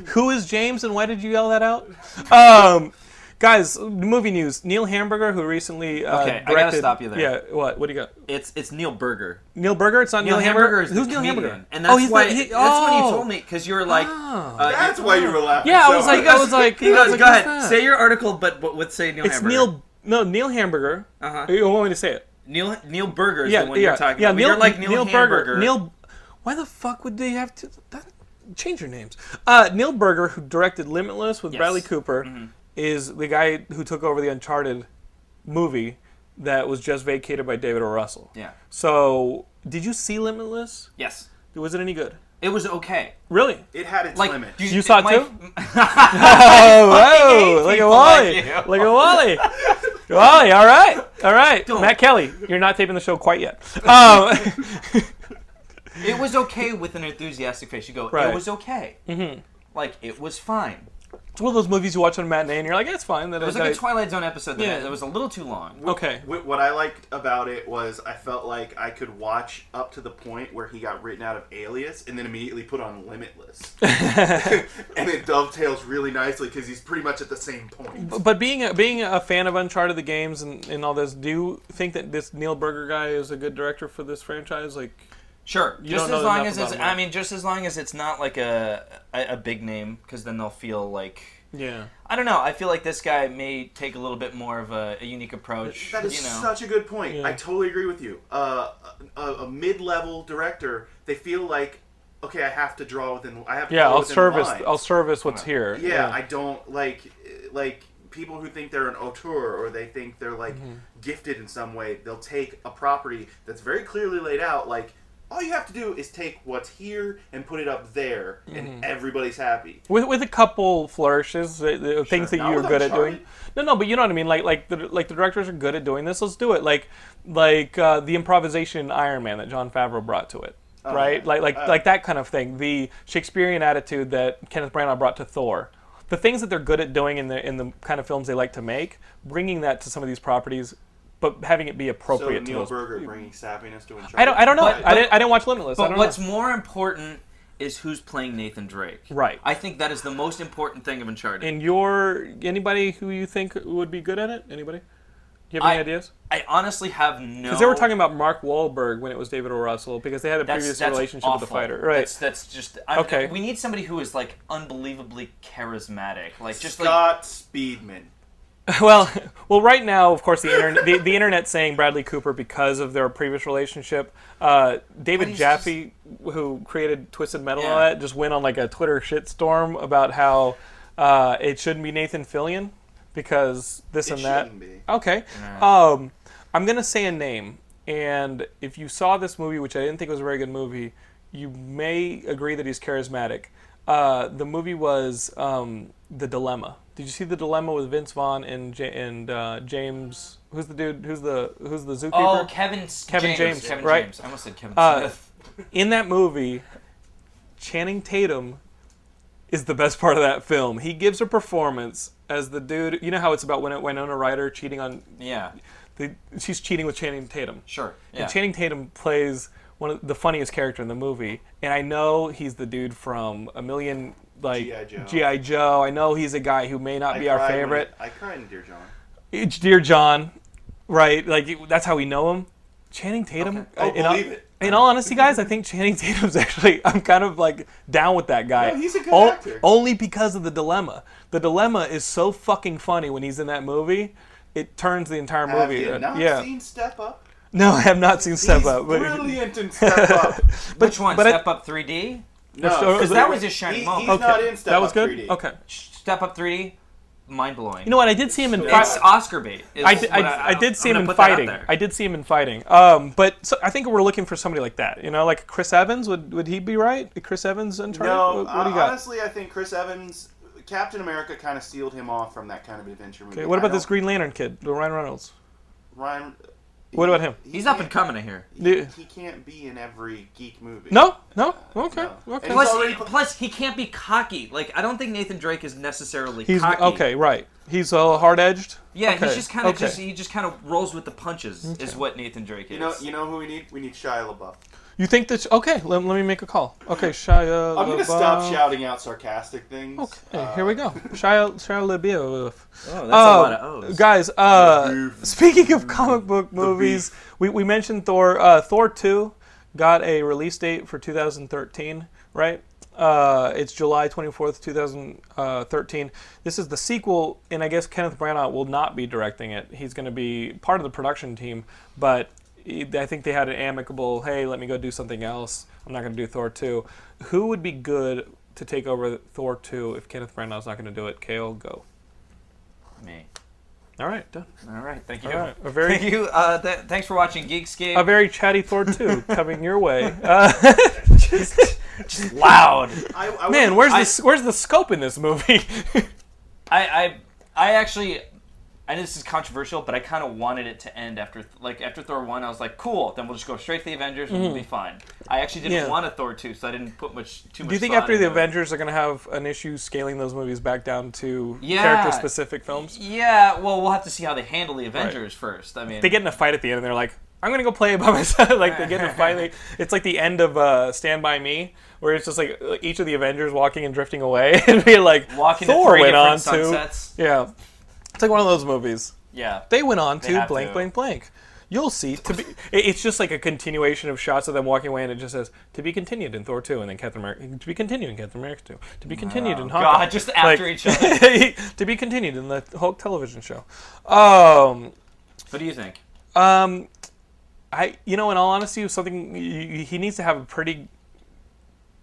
Who is James, and why did you yell that out? Um, guys, movie news: Neil Hamburger, who recently uh, Okay, I gotta directed- stop you there. Yeah, what? What do you got? It's it's Neil Berger. Neil Burger? It's not Neil, Neil Hamburger is Who's the Neil comedian, Hamburger? and that's oh, he's why the, he, that's when oh. you told me because you were like, uh, That's why you were laughing. Yeah, I so was like, hard. I was like, he I was goes, like, go who's ahead, that?" say your article, but but with say Neil it's Hamburger. Neil. No, Neil Hamburger. Uh-huh. You want me to say it? Neil Neil Berger is yeah, the one yeah, you're talking yeah, about. Neil, you're like Neil, Hamburger. Berger. Neil, why the fuck would they have to that, change your names? Uh, Neil Berger, who directed Limitless with Bradley Cooper, Mm-hmm. is the guy who took over the Uncharted movie that was just vacated by David O. Russell. Yeah. So, did you see Limitless? Yes, Was it any good? it was okay. Really? it had its Like limit. You saw it my- too? Oh, look at people Wally! like you. look at Wally! Wally, all right, all right. Matt Kelly, you're not taping the show quite yet. Um, It was okay with an enthusiastic face. You go, Right. it was okay. Mm-hmm. Like it was fine. it's one of those movies you watch on a matinee and you're like, it's fine. That It was like a Twilight Zone episode that, Yeah. that was a little too long. Okay. Wh- What I liked about it was I felt like I could watch up to the point where he got written out of Alias and then immediately put on Limitless, and it dovetails really nicely because he's pretty much at the same point. But being a, being a fan of Uncharted the games and, and all this, do you think that this Neil Berger guy is a good director for this franchise? Like, Sure. just don't as know long enough as it's, about him, right? I mean, just as long as it's not like a a, a big name, because then they'll feel like Yeah. I don't know. I feel like this guy may take a little bit more of a, a unique approach. That is you know. such a good point. Yeah. I totally agree with you. Uh, a, a mid-level director, they feel like, okay, I have to draw within. I have to Yeah, draw I'll within service. lines. I'll service what's here. yeah, I don't like eh, like people who think they're an auteur or they think they're like Mm-hmm. gifted in some way. They'll take a property that's very clearly laid out. Like all you have to do is take what's here and put it up there, Mm-hmm. and everybody's happy. with with a couple flourishes, the, the things that not you're with good at Uncharted. doing. No, no, but you know what I mean. Like like the like the directors are good at doing this. Let's do it. Like like uh, the improvisation in Iron Man that John Favreau brought to it. Oh, right, like like like that kind of thing. The Shakespearean attitude that Kenneth Branagh brought to Thor. The things that they're good at doing in the in the kind of films they like to make, bringing that to some of these properties, but having it be So appropriate to Neil those. Berger bringing sappiness to Uncharted. I don't I don't know. But- I didn't I didn't watch Limitless. I But don't what's know. more important is who's playing Nathan Drake. Right. I think that is the most important thing of Uncharted. in your anybody who you think would be good at it? Anybody? Do you have any I- ideas? I honestly have no. Because they were talking about Mark Wahlberg when it was David O. Russell because they had a that's, previous that's relationship awful. with the fighter. Right. That's, that's just. I'm, Okay. We need somebody who is like unbelievably charismatic. Like just like. Scott Speedman. well, well, right now, of course, the internet the, the internet's saying Bradley Cooper because of their previous relationship. Uh, David he's Jaffe, who created Twisted Metal and all Yeah. that, just went on like a Twitter shitstorm about how uh, it shouldn't be Nathan Fillion because this It and that. shouldn't be. Okay. Um, I'm gonna say a name, and if you saw this movie, which I didn't think was a very good movie, you may agree that he's charismatic. Uh, the movie was um, The Dilemma. Did you see The Dilemma with Vince Vaughn and J- and uh, James? Who's the dude? Who's the who's the Oh, zookeeper? Kevin. Kevin James, Kevin right. James. I almost said Kevin Uh, Smith. In that movie, Channing Tatum is the best part of that film. He gives a performance as the dude. You know how it's about Win- Winona Ryder cheating on. Yeah. The, she's cheating with Channing Tatum. Sure. Yeah. And Channing Tatum plays one of the funniest character in the movie, and I know he's the dude from a million like G.I. Joe. G.I. Joe. I know he's a guy who may not I be our cried when- favorite. I cried in Dear John. It's Dear John, right? Like it- that's how we know him. Channing Tatum. Oh, in all, believe it. In all honesty, guys, I think Channing Tatum's actually. I'm kind of like down with that guy. No, he's a good actor. Only because of the dilemma. The dilemma is so fucking funny when he's in that movie. It turns the entire Have movie. uh, you not yeah. seen Step Up? no, I have not seen Step He's Up. but- brilliant in Step Up. Which one? but I- Step Up 3D. so- No, Because that was his shining he, moment. He's Okay. not in Step that was Up good. 3D. Okay. Step Up 3D. Mind blowing. You know what? I did see him in. Fri- It's Oscar bait. is I, did- what I, I did see I'm him gonna in put that out fighting. there. I did see him in fighting. Um, but so I think we're looking for somebody like that. You know, like Chris Evans would would he be right? Chris Evans Uncharted. No, what, what do uh, you got? honestly, I think Chris Evans, Captain America, kind of sealed him off from that kind of adventure movie. Okay, what I about this don't- Green Lantern kid, the Ryan Reynolds? Ryan? What about him? he He's up can't- and coming. I hear. He, Yeah. he can't be in every geek movie. No, no, okay, No. okay. And Plus, He's already- plus, he can't be cocky. Like, I don't think Nathan Drake is necessarily He's cocky. okay, right? He's uh, hard edged. Yeah, okay. he's just kind of okay. just he just kind of rolls with the punches. Is what Nathan Drake is. You know, you know who we need? We need Shia LaBeouf. You think that's okay? Let, let me make a call. Okay, Shia. I'm gonna LaBeouf. stop shouting out sarcastic things. Okay, here we go. Shia, Shia LaBeouf. oh, that's Um, a lot of O's. Guys, uh, speaking of comic book movies, we, we mentioned Thor. Uh, Thor 2 got a release date for 2013, right? Uh, it's July 24th, 2013. This is the sequel, and I guess Kenneth Branagh will not be directing it. He's going to be part of the production team, but he- I think they had an amicable, hey, let me go do something else. I'm not going to do Thor 2. Who would be good to take over Thor 2 if Kenneth Branagh's not going to do it? KO, go. Me. All right, done. All right, thank you. All right, a very- thank you. Uh, th- thanks for watching Geekscape. a very chatty Thor 2 coming your way. Uh, loud. I, I man, would- where's the where's the scope in this movie? I, I I actually. I know this is controversial, but I kind of wanted it to end after, like after Thor one. I was like, cool. Then we'll just go straight to the Avengers and we'll be fine. I actually didn't Yeah. want a Thor two, so I didn't put much too much. Do you think thought after the into it. Avengers they're gonna have an issue scaling those movies back down to Yeah. character specific films? Yeah, well, we'll have to see how they handle the Avengers first. I mean, They get in a fight at the end and they're like, "I'm gonna go play by myself." like they get in a fight. They, it's like the end of uh, Stand by Me, where it's just like uh, each of the Avengers walking and drifting away, and we're like, Walking to Thor three went on different sunsets. to yeah. It's like one of those movies. yeah. They went on to have blank, to. blank, blank. You'll see. To be, it- it's just like a continuation of shots of them walking away, and it just says "to be continued" in Thor two, and then Captain America "to be continued" in Captain America two, "to be continued" in Hawkeye. God, just after each other. to be continued in the Hulk television show. Um, What do you think? um, I, you know, in all honesty, something y- he needs to have a pretty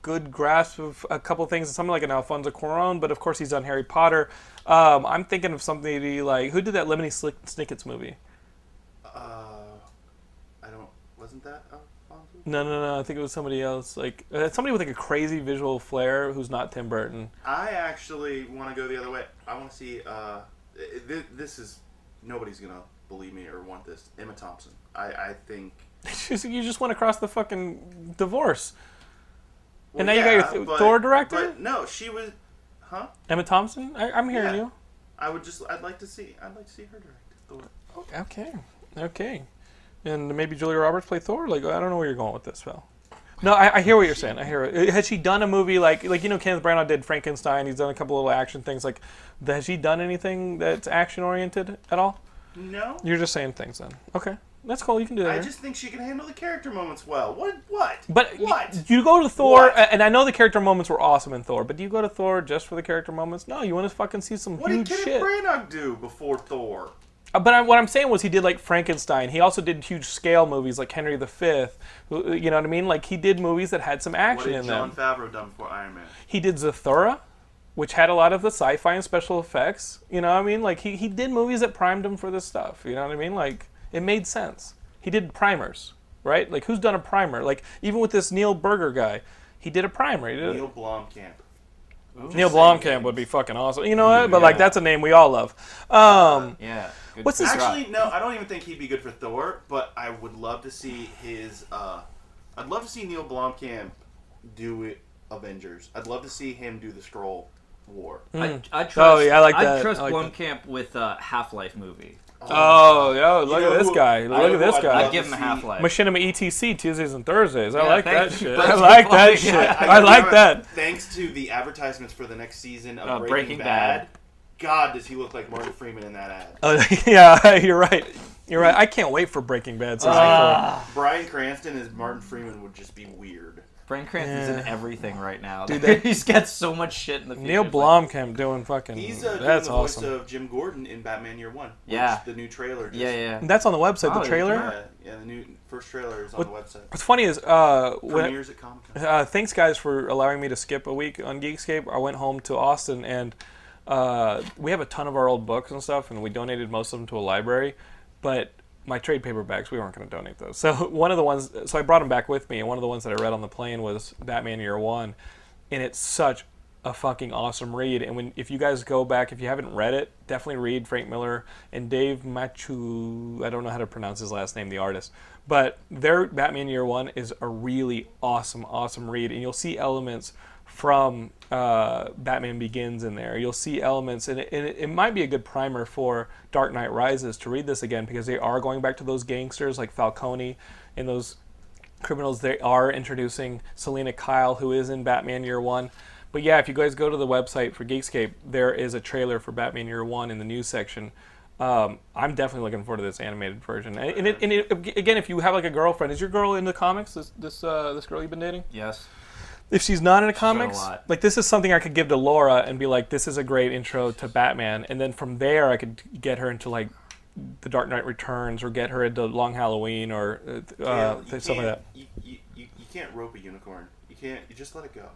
good grasp of a couple things, something like an Alfonso Cuarón, but of course he's done Harry Potter. Um, I'm thinking of somebody like who did that Lemony Snick- Snicket's movie. I don't. Wasn't that Alfonso? No, no, no. I think it was somebody else. Like uh, somebody with like a crazy visual flair who's not Tim Burton. I actually want to go the other way. I want to see. Uh, this, this is nobody's gonna believe me or want this. Emma Thompson. I, I think. Just- you just went across the fucking divorce. well, now you got your yeah, th- but- Thor director? But no, she was. Huh? Emma Thompson. I, I'm hearing Yeah. you. I would just. I'd like to see. I'd like to see her direct Thor. Okay, okay. And maybe Julia Roberts play Thor. Like I don't know where you're going with this, Phil. No, I, I hear what you're saying. I hear it. Has she done a movie like like you know Kenneth Branagh did Frankenstein? He's done a couple little action things. Like has she done anything that's action oriented at all? No. You're just saying things then. Okay, that's cool. You can do that. I Aaron. just think she can handle the character moments well. What? What? But y- what? you go to Thor, What? and I know the character moments were awesome in Thor. But do you go to Thor just for the character moments? No, you want to fucking see some what did huge Kenneth shit. Branagh do before Thor? Uh, But I, what I'm saying was he did like Frankenstein. He also did huge scale movies like Henry V. who- uh, You know what I mean? Like he did movies that had some What action did in John them. Favreau done before Iron Man? He did Zathura, which had a lot of the sci-fi and special effects. You know what I mean? Like he, he did movies that primed him for this stuff. You know what I mean? Like it made sense. He did primers, right? Like who's done a primer? Like even with this Neil Berger guy, he did a primer. He did Neil Blomkamp. Uh, Neil Blomkamp would be fucking awesome. You know what? But like that's a name we all love. Um, Yeah. Good What's this- drop. Actually, no, I don't even think he'd be good for Thor, but I would love to see his. Uh, I'd love to see Neil Blomkamp do it Avengers. I'd love to see him do the Scroll War. I, I trust, Oh, yeah, I like that. I trust I like that. Blomkamp with uh, Half Life movie. oh, yo, look know at this who- guy. I Look know at this who I'd guy. I'd give him see- Half Life. Machinima ETC E Tuesdays and Thursdays. I like thank that you. shit. I That's like that funny. shit. I- I, like that. Thanks to the advertisements for the next season of Uh, Breaking, Breaking Bad, Bad. God, does he look like Martin Freeman in that ad? Oh, Uh, yeah, you're right. You're right. I can't wait for Breaking Bad season Ah. Brian Cranston as Martin Freeman would just be weird. Brian Cranston's in everything right now. Dude, he's got so much shit in the four. future. Neil It's Blomkamp doing fucking. He's uh, that's doing the awesome. voice of Jim Gordon in Batman Year One. which Yeah. the new trailer. Just, Like, yeah, yeah. yeah. that's on the website. Oh, the trailer. yeah, yeah, The new first trailer is on the website. What's funny is uh, when, Premieres at Comic Con. uh, thanks guys for allowing me to skip a week on Geekscape. I went home to Austin and uh, we have a ton of our old books and stuff, and we donated most of them to a library. But my trade paperbacks, we weren't going to donate those. So one of the ones, so I brought them back with me, and one of the ones that I read on the plane was Batman Year One, and it's such a fucking awesome read. And when if you guys go back, if you haven't read it, definitely read Frank Miller and Dave Machu. I don't know how to pronounce his last name, the artist, but their Batman Year One is a really awesome, awesome read, and you'll see elements from uh, Batman Begins in there. You'll see elements, and it, and it, it might be a good primer for Dark Knight Rises to read this again because they are going back to those gangsters like Falcone and those criminals they are introducing selena kyle who is in batman year one but yeah if you guys go to the website for geekscape there is a trailer for batman year one in the news section um, i'm definitely looking forward to this animated version and, and, it, and it, again if you have like a girlfriend is your girl in the comics this this, uh, this girl you've been dating Yes. if she's not in a a comics, lot. like this is something I could give to Laura and be like, this is a great intro to Batman, and then from there I could get her into like the Dark Knight Returns or get her into Long Halloween or uh, th- Yeah, uh, you th- something like can't- You, you, you, you can't rope a unicorn. You can't. You just let it go.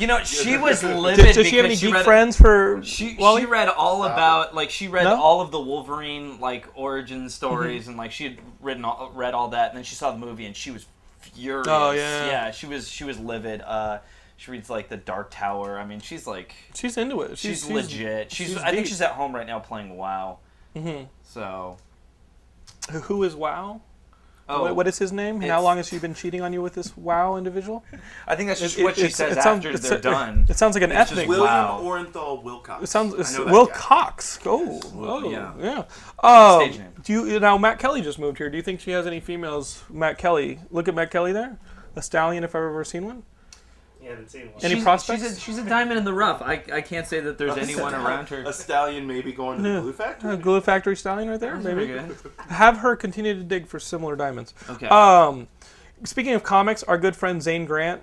You know, she was that. livid. Does, does she have because any geek read- friends for? She, Wally? she read all about like she read No? Mm-hmm. all of the Wolverine like origin stories and like she had written all, read all that and then she saw the movie and she was furious. Oh, yeah. yeah. She was she was livid. Uh, she reads like the Dark Tower. I mean, she's like she's into it. she's, legit. She's, I think she's at home right now playing WoW. Mm-hmm. So deep. Who is Wow? oh, What- what is his name? How It's- long has she been cheating on you with this Wow individual? I think that's just It- what it- she it's- says it sounds- after it's- they're it- done. It sounds like an It's just ethnic Will- William Wow. Orenthal Wilcox. It sounds I it's know that Will guy. Cox. Oh, oh, yeah. yeah. Um, Stage name. Do you now? Matt Kelly just moved here. Do you think she has any females? Matt Kelly. Look at Matt Kelly there, a stallion if I've ever seen one. You haven't seen one. Any she's, prospects? She's a, she's a diamond in the rough. I, I can't say that there's anyone around her. A stallion maybe going to the glue factory. A glue factory stallion right there, Pretty maybe. good. Have her continue to dig for similar diamonds. Okay. Um, speaking of comics, our good friend Zane Grant,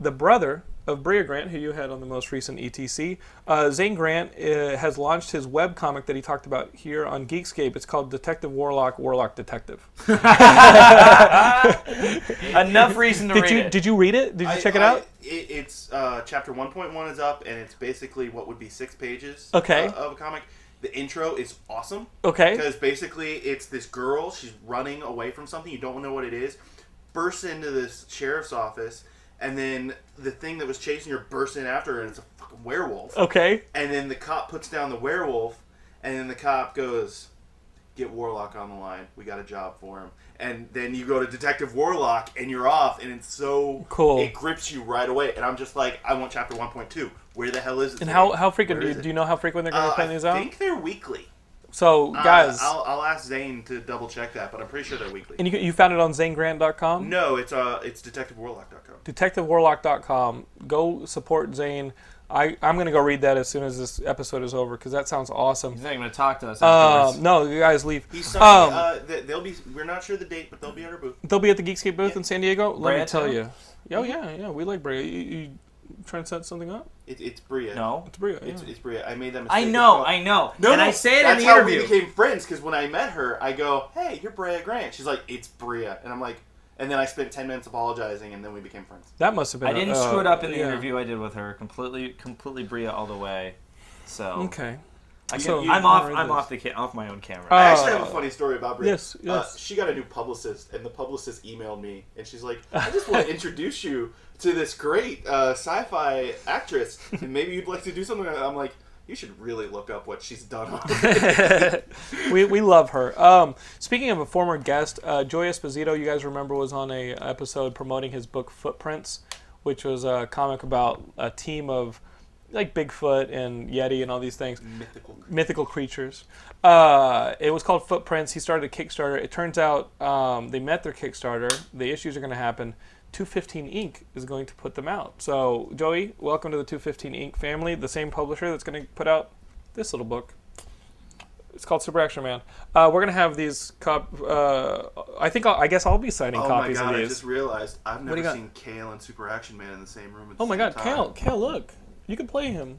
the brother of Bria Grant, who you had on the most recent ETC, uh, Zane Grant uh, has launched his web comic that he talked about here on Geekscape. It's called Detective Warlock, Warlock Detective. Enough reason to Did read you it. did you read it? Did you I- check it I- out? it- it's uh, chapter 1.1 is up, and it's basically what would be six pages Okay. uh, of a comic. The intro is awesome. Okay. Because basically, it's this girl, she's running away from something, you don't know what it is, bursts into this sheriff's office, and then the thing that was chasing her bursts in after her, and it's a fucking werewolf. Okay. And then the cop puts down the werewolf, and then the cop goes, "Get Warlock on the line. We got a job for him." And then you go to Detective Warlock, and you're off. And it's so Cool. It grips you right away. And I'm just like, I want chapter 1.2. Where the hell is it? And today? how how frequent Where do you, is it? do you know how frequent they're going to Uh, plan I these out? think they're weekly. So Uh, guys, I'll, I'll ask Zane to double check that, but I'm pretty sure they're weekly. and you you found it on zanegrant.com. no, it's uh, it's DetectiveWarlock.com. detectivewarlock.com. Go support Zane. I, I'm going to go read that as soon as this episode is over because that sounds awesome. He's not going to talk to us. Uh, afterwards. no, you guys leave. He's Um, something, uh, th- they'll be. We're not sure the date, but they'll be at our booth. they'll be at the Geekscape booth in San Diego. Let me Brea tell too? you. Mm-hmm. Oh, yeah, yeah. We like Brea. You, you trying to set something up? It, it's Bria. no. It's Brea. Yeah. It's, it's Bria. I made that mistake. I with know, Bob. I know. No, and no, I say it in that's the how interview. we became friends because when I met her, I go, "Hey, you're Brea Grant." She's like, "It's Bria," and I'm like, and then I spent ten minutes apologizing, and then we became friends. that must have been. I didn't uh, screw it up in the yeah. interview I did with her. Completely, completely Bria all the way. So Okay. I So- can- You- I'm you off. are I'm this. off the ca- off my own camera. I Uh, actually have a funny story about Bria. yes, yes. Uh, she got a new publicist, and the publicist emailed me, and she's like, "I just want to introduce you to this great uh, sci-fi actress, and maybe you'd like to do something." I'm like, "You should really look up what she's done." already." we, we love her. Um, speaking of a former guest, uh, Joey Esposito, you guys remember, was on a episode promoting his book Footprints, which was a comic about a team of like Bigfoot and Yeti and all these things, mythical, creatures. Uh, it was called Footprints. He started a Kickstarter. It turns out um, they met their Kickstarter. The issues are going to happen. 215 Inc. is going to put them out. So, Joey, welcome to the 215 Inc. family, the same publisher that's going to put out this little book. It's called Super Action Man. Uh, we're gonna have these cop. Uh, I think I'll, I guess I'll be signing oh my copies god! of I these. just realized I've do you never got? seen Kale and Super Action Man in the same room. At the oh my same god, time. Cal, Cal, look, you can play him.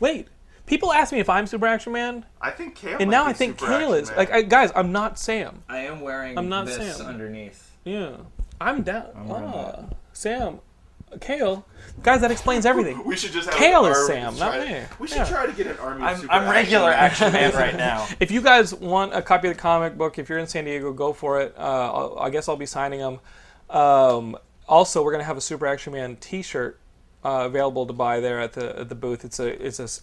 Wait, people ask me if I'm Super Action Man, I think Kale. and might now be I think Super Kale Action is. Man. Like, I, guys, I'm not Sam. I am wearing I'm not this Sam. underneath. Yeah, I'm down. Ah, Sam, Kale, guys, that explains everything. We should just have Kale an is army- Sam, not try- me. We should Yeah. try to get an army. of I'm, super I'm regular action. action man right now. If you guys want a copy of the comic book, if you're in San Diego, go for it. Uh, I'll, I guess I'll be signing them. Um, also, we're gonna have a Super Action Man T-shirt uh, available to buy there at the at the booth. It's a it's a s-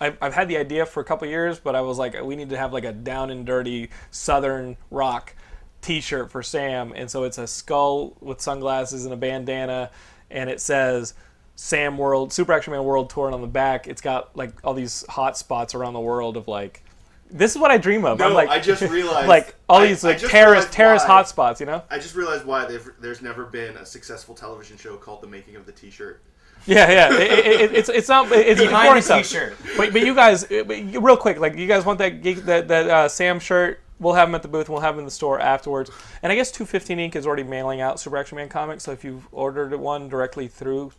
I've, I've had the idea for a couple years, but I was like, we need to have like a down and dirty Southern rock T-shirt for Sam, and so it's a skull with sunglasses and a bandana, and it says Sam World Super Action Man World Tour, and on the back, it's got like all these hot spots around the world of like. This is what I dream of. No, I'm like, I just realized. like all I- these I like just terrorist realized terrorist why- hotspots, you know? I just realized why they've, there's never been a successful television show called The Making of the T-Shirt. Yeah, yeah. It, it, it, it's it's not it's Behind boring the stuff. t-shirt. But, but you guys, but you- real quick, like you guys want that geek, that that uh, Sam shirt? We'll have them at the booth. and We'll have them in the store afterwards. And I guess 215 Inc. is already mailing out Super Action Man comics. So if you've ordered one directly through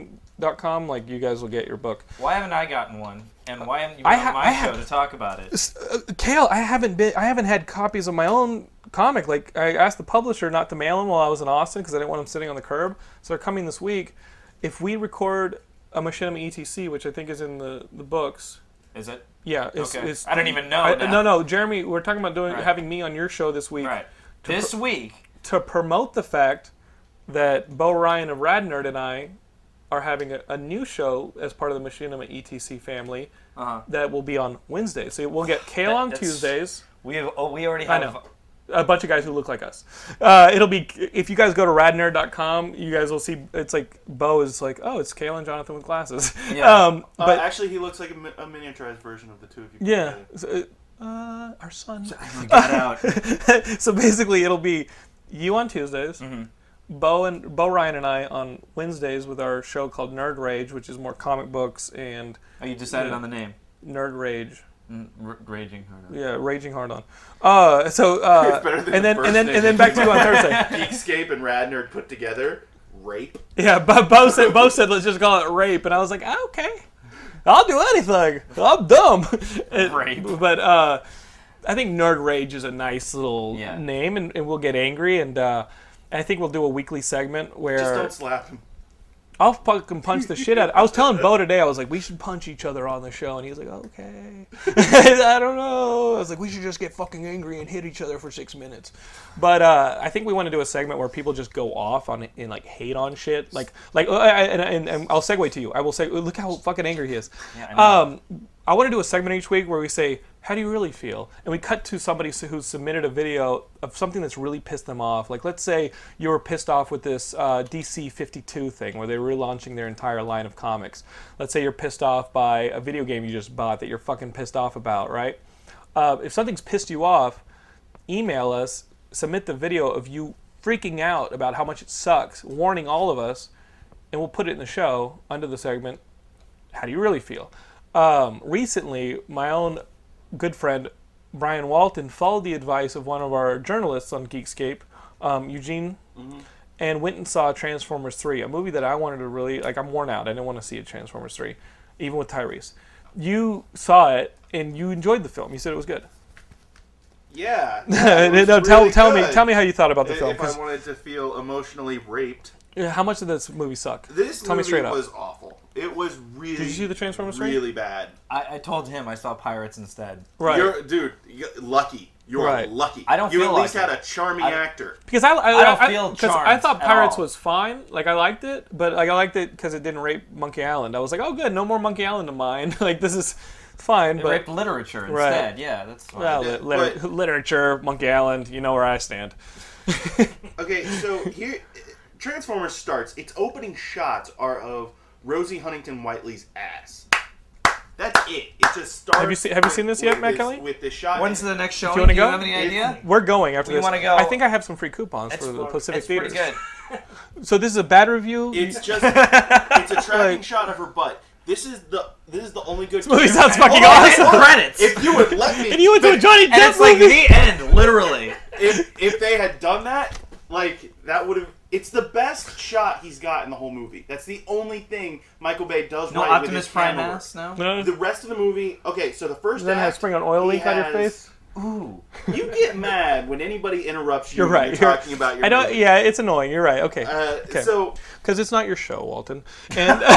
215inc.com, like you guys will get your book. Why haven't I gotten one? And why haven't you I been ha- on my I show have- to talk about it? Kale, I haven't been. I haven't had copies of my own comic. Like I asked the publisher not to mail them while I was in Austin because I didn't want them sitting on the curb. So they're coming this week. If we record a Machinima ETC, which I think is in the the books, Is it? yeah, it's, Okay. it's I don't even know I- now. no, no, Jeremy, we're talking about doing Right. having me on your show this week Right. This week, to promote the fact that Bo Ryan of Rad Nerd and I are having a, a new show as part of the Machinima ETC family that will be on Wednesday. So we'll get Kale Uh-huh. That- on that's- Tuesdays. we have. Oh, we already I have. know. A bunch of guys who look like us. Uh, it'll be if you guys go to radnerd.com, you guys will see it's like Bo is like, oh, it's Kale and Jonathan with glasses. Yeah. Um, Uh, but actually, he looks like a, mi- a miniaturized version of the two of you. put yeah, so, together. uh, our son. Got out. so basically, it'll be you on Tuesdays, Bo and Bo Ryan and I on Wednesdays with our show called Nerd Rage, which is more comic books and Oh, you decided on the name. nerd rage. Mm, r- raging hard. on. Yeah, raging hard on. Uh, so uh, better than and the then first and then name. and then back to you on Thursday. Geekscape and Radnerd put together. Rape. Yeah, but Bo said Bo said let's just call it rape, and I was like, "Ah, okay, I'll do anything. I'm dumb. It- Rape. but uh, I think nerd rage is a nice little Yeah. name, and, and we'll get angry, and uh, I think we'll do a weekly segment where Just don't slap him. I'll fucking punch the shit out. I was telling Bo today, I was like, we should punch each other on the show, and he was like, okay. I don't know. I was like, we should just get fucking angry and hit each other for six minutes. But uh, I think we want to do a segment where people just go off on and like hate on shit, like like. Uh, and, and, and I'll segue to you. I will say, look how fucking angry he is. I know. um, I want to do a segment each week where we say, "How do you really feel?" and we cut to somebody s- who submitted a video of something that's really pissed them off. Like, let's say you were pissed off with this uh, DC 52 thing, where they're relaunching their entire line of comics. Let's say you're pissed off by a video game you just bought that you're fucking pissed off about, right? Uh, if something's pissed you off, email us, submit the video of you freaking out about how much it sucks, warning all of us, and we'll put it in the show under the segment how do you really feel? Um, recently, my own good friend Brian Walton followed the advice of one of our journalists on Geekscape, um, Eugene, Mm-hmm. and went and saw Transformers 3, a movie that I wanted to really like. I'm worn out. I didn't want to see a Transformers 3, even with Tyrese. You saw it and you enjoyed the film. You said it was good. Yeah. no, tell tell me tell me how you thought about the If film. 'cause I wanted to feel emotionally raped, how much did this movie suck? this tell me movie straight was up. awful. It was really. Did you see the Transformers three? Really bad. I, I told him I saw pirates instead. Right. You're, dude, you're lucky. You're Right. lucky. I don't You feel at least like had it. a charming I- actor. Because I, I, I don't I- feel 'cause I charmed thought at Pirates all. was fine. Like I liked it, but like I liked it because it didn't rape Monkey Island. I was like, oh good, no more Monkey Island to mine. like this is fine, They but raped literature Right. instead. Yeah, that's fine. Yeah, lit- liter- But- literature, Monkey Island. You know where I stand. Okay, so here, Transformers starts. Its opening shots are of Rosie Huntington Whiteley's ass. That's it. It just starts. Have you seen- have you with- seen this yet, with Matt Kelly? With this shot. When's the next show? you wanna Do you go? have any It's- idea? We're going after We this. wanna go- I think I have some free coupons for the Pacific it's Theaters. pretty good. So this is a bad review. It's just. it's a tracking shot of her butt. This is the. This is the only good. movie sounds fucking Oh, it's awesome. credits. If you would let me, and you went to a Johnny and Depp it's like movie. the end, literally. if if they had done that, like that would have. It's the best shot he's got in the whole movie. That's the only thing Michael Bay does No right with Optimus his Prime camera work. ass. No. No, The rest of the movie, okay. So the first then act, have spring on oil he leak on your has- face. Ooh. You get mad when anybody interrupts you. You're when right. You're, You're- talking about your. I don't. movie. Yeah, it's annoying. You're right. Okay. Uh, Okay. So Because it's not your show, Walton. And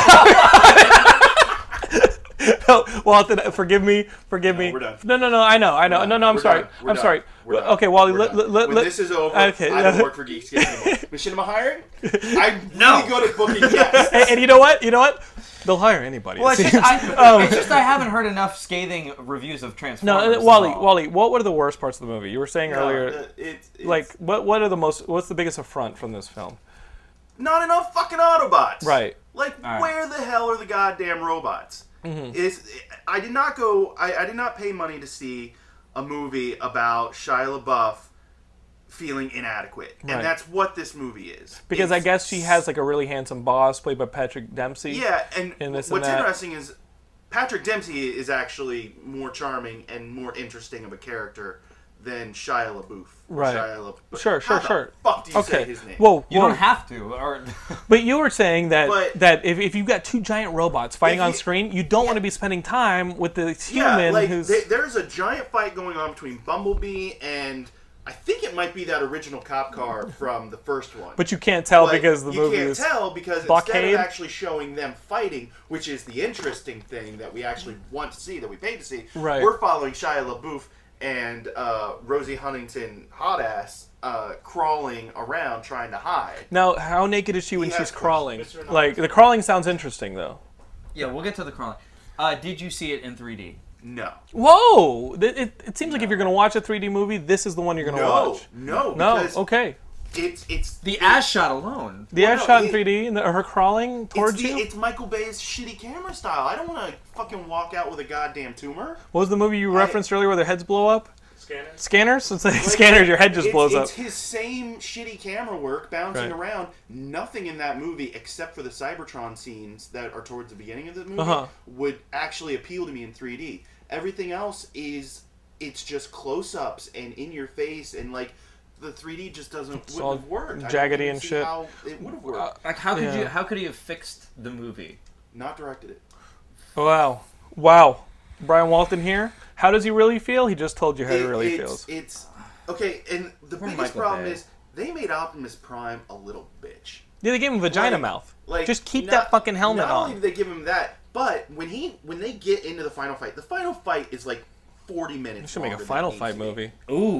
No, Walton, uh, forgive me, forgive me. we're done. No, no, no. I know, I know. done. No, no. I'm We're sorry. done. We're I'm done. sorry. We're done. Okay, Wally. We're Let, done. let, let, when let- this is over, Okay. I don't work for Geekscape anymore. Machinima hiring? I'm really good at booking and, guests. and you know what? You know what? They'll hire anybody. Well, it it's just, seems. I, it's just I haven't heard enough scathing reviews of Transformers. Oh. no, uh, at Wally. all. Wally. What were the worst parts of the movie? You were saying earlier, Uh, it's- it's like, what? What are the most? What's the biggest affront from this film? not enough fucking Autobots. Right. Like, right. where the hell are the goddamn robots? Mm-hmm. Is I did not go. I, I did not pay money to see a movie about Shia LaBeouf feeling inadequate, Right. and that's what this movie is. Because I It's- guess she has like a really handsome boss played by Patrick Dempsey. Yeah, and, and this and what's that. interesting is Patrick Dempsey is actually more charming and more interesting of a character than Shia LaBeouf. Right. Shia LaBeouf. Sure, sure, How the sure. fuck do you okay. say his name? Whoa, You whoa. don't have to. Or But you were saying that But- that if, if you've got two giant robots fighting If on you- screen, you don't want to be spending time with the human Yeah, like who's there- there's a giant fight going on between Bumblebee and I think it might be that original cop car from the first one. but you can't tell But because the you movie can't is tell because instead blockade. of actually showing them fighting, which is the interesting thing that we actually want to see, that we paid to see, Right. we're following Shia LaBeouf and uh, Rosie Huntington, hot ass, uh, crawling around trying to hide. now how naked is she when Yeah, she's of course, crawling? Mr. Anonymous. Like the crawling sounds interesting though. yeah, we'll get to the crawling. Uh, did you see it in 3D? No, Whoa! Th- It, it, seems like if you're gonna watch a 3D movie, this is the one you're gonna no, watch. no, No, because okay. It's it's The ass shot alone. The ass no, shot in it- 3D and the, her crawling it's, towards the, you. it's Michael Bay's shitty camera style. I don't want to fucking walk out with a goddamn tumor. what was the movie you referenced earlier where their heads blow up? Scanners. Scanners? It's like scanners, your head just it's, blows it's up. his same shitty camera work bouncing Right. around. Nothing in that movie, except for the Cybertron scenes that are towards the beginning of the movie, Uh-huh. would actually appeal to me in 3D. Everything else is it's just close-ups and in your face and like the 3D just doesn't all wouldn't have worked. I don't jaggedy even and see shit. Uh, How it would have worked. Like, how could Yeah. you? How could he have fixed the movie? Not directed it. Wow. Wow. Brian Walton here. How does he really feel? He just told you how he It- really it's, feels. It's okay, and the biggest Michael problem Bay. is they made Optimus Prime a little bitch. yeah, they gave him vagina Like- mouth. Like just keep not- that fucking helmet not on. only did they give him that, but when he when they get into the final fight, the final fight is like forty minutes. should make a longer than final it needs fight to be. movie.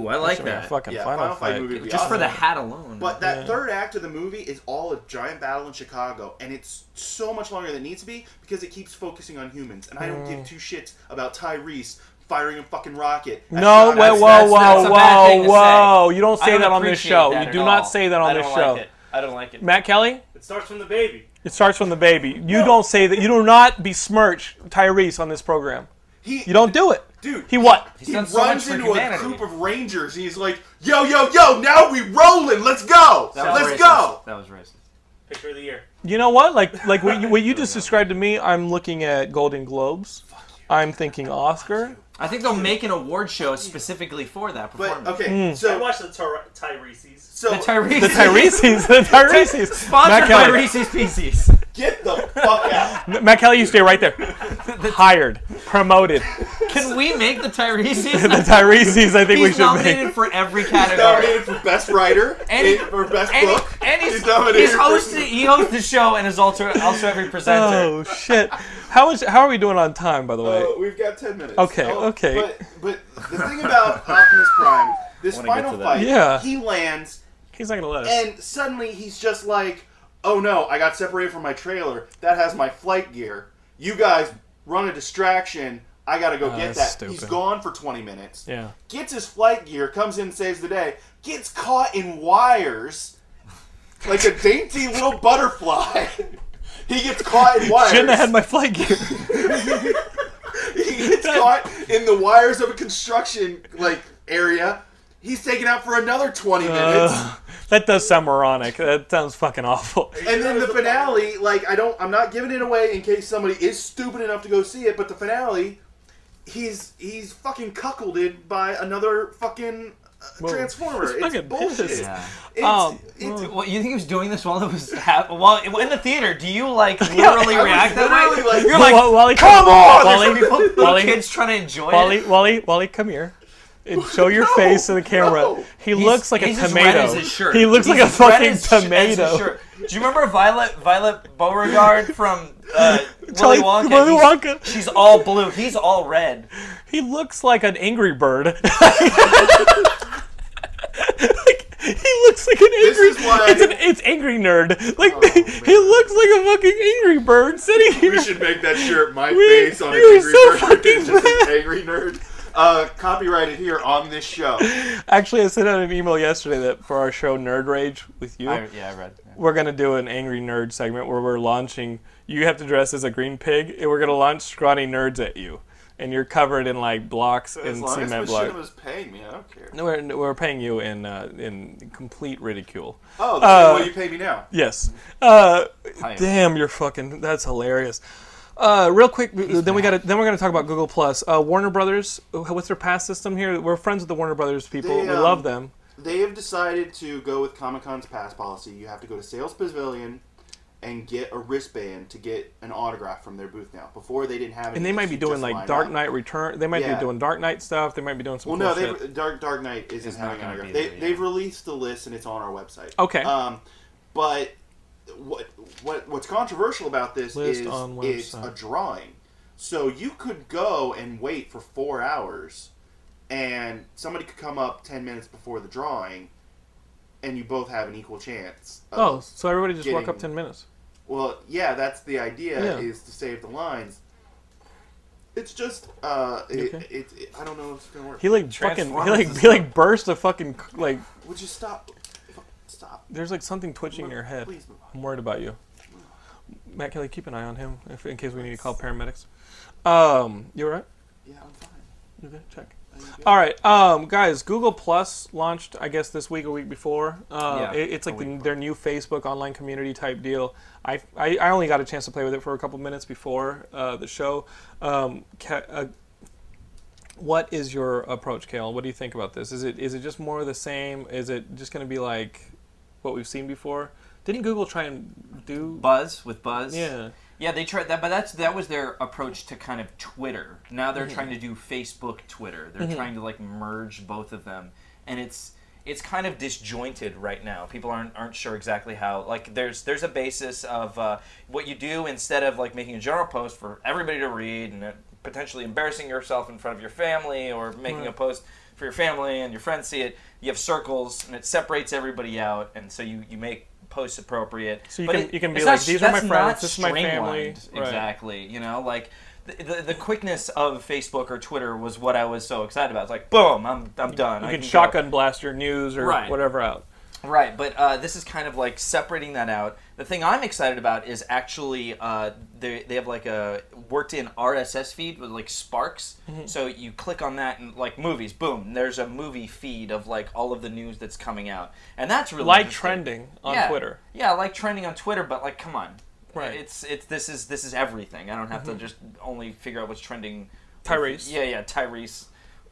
Ooh, I like Should make a that. fucking Yeah, final, fight. movie. would be Just for awesome. the hat alone. But that third act of the movie is all a giant battle in Chicago, and it's so much longer than it needs to be because it keeps focusing on humans, and I don't Mm. give two shits about Tyrese firing a fucking rocket. at No, John wait, F. whoa, Kennedy. that's- whoa, that's a bad whoa, thing to whoa! say. You don't I say that on this appreciate show. that you at do not all. say that on I don't this like show. it. I don't like it. Matt Kelly, It starts from the baby. it starts from the baby. You don't say that. You do not besmirch Tyrese on this program. He- You don't do it, Dude, He what? He done runs so much for into a humanity. group of rangers and he's like, "Yo, yo, yo! Now we rolling. Let's go. That was Let's racist. go." That was racist. Picture of the year. You know what? Like, like what you, what you just described to me. I'm looking at Golden Globes. I'm thinking Oscar. I think they'll make an award show specifically for that performance. But okay, I so watched the Tar- Tyrese's. so The Tyrese. Hmm. The Tyrese's. The Tyrese's. Matt Sponsored by Kelly. Reese's Pieces. get the fuck out. Matt Kelly, you stay right there. Hired, promoted. Can we make the Tyrese's? The Tyrese's. I think we He's should make. nominated for every category. Nominated for best writer And- and for best And, he- book. and he's, nominated he's for- hosting, he hosts the show and is also, also every presenter. Oh shit! How is how are we doing on time? By the way, Oh. Uh, we've got ten minutes. Okay, Oh, okay. But but the thing about Optimus Prime, this final fight, Yeah. he lands he's not gonna let us. and suddenly he's just like, "Oh no, I got separated from my trailer. That has my flight gear. You guys run a distraction. I gotta go get Oh, that's that." stupid. He's gone for 20 minutes. Yeah. Gets his flight gear, comes in, saves the day. Gets caught in wires, like a dainty little butterfly. he gets caught in wires. Shouldn't have had my flight gear. he gets caught in the wires of a construction like area. He's taken out for another 20 minutes. That does sound moronic. That sounds fucking awful. and then the finale, like I don't, I'm not giving it away in case somebody is stupid enough to go see it. But the finale, he's he's fucking cuckolded by another fucking uh, transformer. It's, fucking bullshit. Oh, pissed. It's, Um, it's, What, you think he was doing this while it was hap- while in the theater? Do you like literally I was react that literally way? like- You're like, Wa- Wally, come on! Wally, There's little Wally, kids trying to enjoy Wally, it. Wally, Wally, come here. And show your face to the camera. no. He looks like a He's as tomato. red as his shirt. He looks He's like a as red fucking as sh- as his tomato. shirt. Do you remember Violet Violet Beauregard from uh, Willy Charlie- Wonka? Willy He's- Wonka. She's all blue. He's all red. He looks like an angry bird. Like, he looks like an angry. is why I it's an didn't- it's angry nerd. Like he looks like a fucking angry bird sitting here. we should make that shirt my We- face on an you're angry so nerd. fucking just an angry nerd. Uh, copyrighted here on this show. Actually, I sent out an email yesterday that for our show Nerd Rage with you, I, yeah, I read. Yeah. we're gonna do an angry nerd segment where we're launching. You have to dress as a green pig, and we're gonna launch scrawny nerds at you, and you're covered in like blocks As and long as cement blocks. Machinima's paying me, I don't care. No, We're, we're paying you in uh, in complete ridicule. Oh, that's what you pay me now. Yes. Mm-hmm. Uh, Hi. damn, you're fucking. That's hilarious. Uh, real quick, then we got to then we're gonna talk about Google Plus. Uh, Warner Brothers, what's their pass system here? We're friends with the Warner Brothers people. They, we um, love them. They have decided to go with Comic Con's pass policy. You have to go to Sales Pavilion and get a wristband to get an autograph from their booth now. Before they didn't have, And they might be doing like Dark Knight Return. They might Yeah. be doing Dark Knight stuff. They might be doing some. Well, cool no, shit. they Dark Dark Knight isn't not having an gonna autograph. be They, there, yeah. They've released the list and it's on our website. Okay. Um, but what what what's controversial about this List is on it's website. a drawing. So you could go and wait for four hours, and somebody could come up ten minutes before the drawing, and you both have an equal chance. of Oh, so everybody just walk getting- up ten minutes. Well, yeah, that's the idea Yeah. is to save the lines. It's just, uh, it, it, it- I don't know if it's gonna work. He like fucking. He Transformers like is he like burst a fucking like. Would you stop? Fuck, Stop. There's like something twitching in your head. Please move on. I'm worried about you. Matt Kelly, keep an eye on him if, in case we need to call paramedics. Um, you alright? Yeah, I'm fine. You good? Check. All right, um, guys. Google Plus launched, I guess, this week or week before. Uh, Yeah, it- it's a like week the, their new Facebook online community type deal. I, I, I only got a chance to play with it for a couple minutes before uh, the show. Um, ca- uh, what is your approach, Kale? What do you think about this? Is it is it just more of the same? Is it just going to be like what we've seen before? Didn't Google try and do? Buzz with Buzz. Yeah. Yeah, they tried that, but that's that was their approach to kind of Twitter. Now they're trying to do Facebook, Twitter. They're trying to like merge both of them, and it's it's kind of disjointed right now. People aren't aren't sure exactly how. Like there's there's a basis of uh, what you do instead of like making a general post for everybody to read and uh, potentially embarrassing yourself in front of your family or making a post for your family and your friends see it. You have circles and it separates everybody out, and so you you make posts appropriate. So you But can- it- you can be it's like, "These are my that's friends, not this is my family." streamlined, Right. Exactly. You know, like the, the the quickness of Facebook or Twitter was what I was so excited about. It's like, boom, I'm I'm done. You I can go. shotgun blast your news or Right. whatever out. Right, but uh, this is kind of like separating that out. The thing I'm excited about is actually uh, they they have like a worked in RSS feed with like Sparks. Mm-hmm. So you click on that and like movies, boom, there's a movie feed of like all of the news that's coming out, and that's really Like interesting. trending on Yeah. Twitter. Yeah, like trending on Twitter, but like come on, Right. Mm-hmm. It's it's this is this is everything. I don't have to just only figure out what's trending. Tyrese. Yeah, yeah, Tyrese.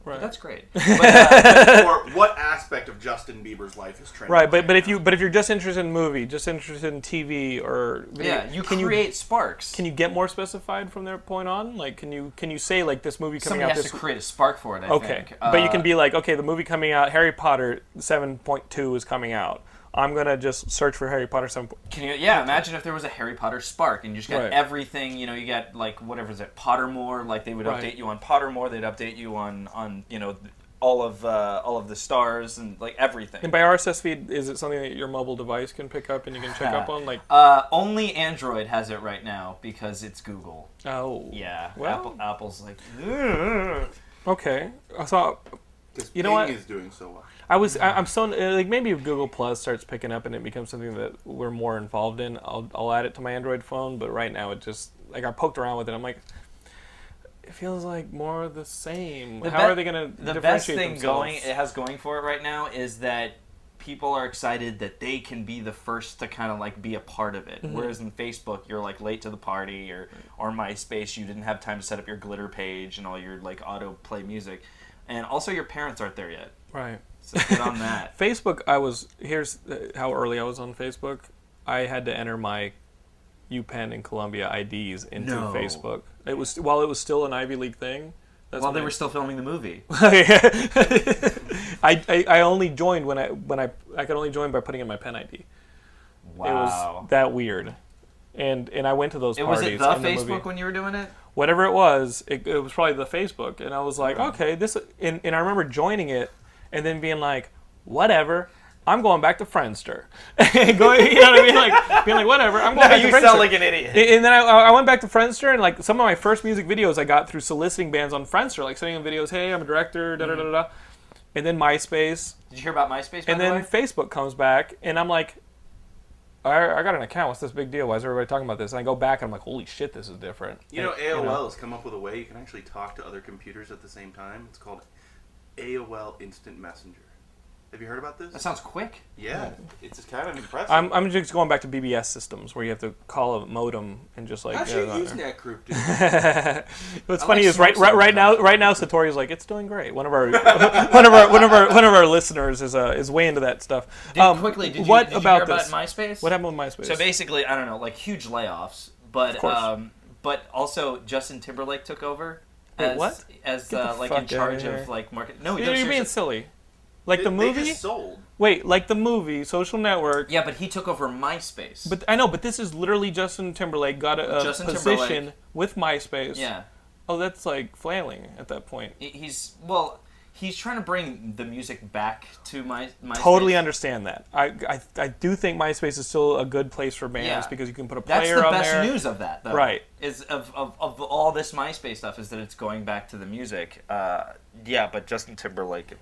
Right. That's great. But, uh, or what aspect of Justin Bieber's life is trending? Right, but but if you but if you're just interested in movie, just interested in TV or yeah, you can create Sparks. can you get more specified from that point on? Like, can you can you say like this movie coming Somebody out has this to create a spark for it. I okay, think. but you Uh, can be like okay, the movie coming out Harry Potter seven point two is coming out. I'm gonna just search for Harry Potter seven. Can you? Yeah, imagine if there was a Harry Potter spark, and you just got Right. everything. You know, you got like whatever is it, Pottermore. Like they would Right. update you on Pottermore. They'd update you on on you know th- all of uh, all of the stars and like everything. And by RSS feed, is it something that your mobile device can pick up and you can check up on? Like, uh, only Android has it right now because it's Google. oh Yeah, well, Apple, Apple's like. "Ugh." okay. So Because You know Bing what? is doing so well. I was I, I'm so uh, like maybe if Google Plus starts picking up and it becomes something that we're more involved in, I'll I'll add it to my Android phone. But right now, it just like I poked around with it. I'm like, it feels like more of the same. The How be- are they gonna The differentiate best thing themselves? going it has going for it right now is that people are excited that they can be the first to kind of like be a part of it. Whereas in Facebook, you're like late to the party, or or MySpace, you didn't have time to set up your glitter page and all your like autoplay music, and also your parents aren't there yet. right? So get on that. Facebook. I was here's uh, how early I was on Facebook. I had to enter my UPenn and Columbia IDs into No. Facebook. It was while it was still an Ivy League thing. That's While when they I- were still filming the movie, I, I, I only joined when I when I I could only join by putting in my pen ID. It wow. was that weird. And and I went to those It was parties. it the and movie- Facebook when you were doing it? Whatever it was, it, it was probably the Facebook. And I was like, Mm-hmm. okay, this. And, and I remember joining it and then being like, whatever. I'm going back to Friendster. going, you know what I mean? Like being like, whatever. I'm going back to Friendster. idiot. And- And then I, I went back to Friendster, and like some of my first music videos I got through soliciting bands on Friendster, like sending them videos, hey, I'm a director, da da da da. da. And then MySpace, Did you hear about MySpace? By and the then way? Facebook comes back, and I'm like, I, I got an account. What's this big deal? Why is everybody talking about this? And I go back, and I'm like, holy shit, this is different. You know, And, AOL has come up with a way you can actually talk to other computers at the same time. It's called AOL Instant Messenger. Have you heard about this? that sounds quick. yeah, it's just kind of impressive. I'm, I'm just going back to BBS systems where you have to call a modem and just like. How's yeah, your not there. Usenet group doing? What's I funny like is right, Snowstorm right right now actually. right now Satori's like it's doing great. One of our one of our one of our one of our listeners is uh, is way into that stuff. Did, quickly, did you, Um, what did you about hear this? about MySpace? What happened with MySpace? So basically, I don't know, like huge layoffs, but course. um, but also Justin Timberlake took over Wait, as what? as Get the uh, like fuck in charge outta of, here. like market. No, Dude, no, you're being seriously. silly. Like the They- movie? They just sold. Wait, like the movie Social Network. yeah, but he took over MySpace. But I know, but this is literally Justin Timberlake got a, a Justin position Timberlake. with MySpace. yeah, Oh, that's like flailing at that point. he- he's well, he's trying to bring the music back to my MySpace. Totally understand that. I, I, I do think MySpace is still a good place for bands Yeah. because you can put a That's player the on best there. news of that, though. Right. Is of, of, of all this MySpace stuff is that it's going back to the music. Uh, yeah, but Justin Timberlake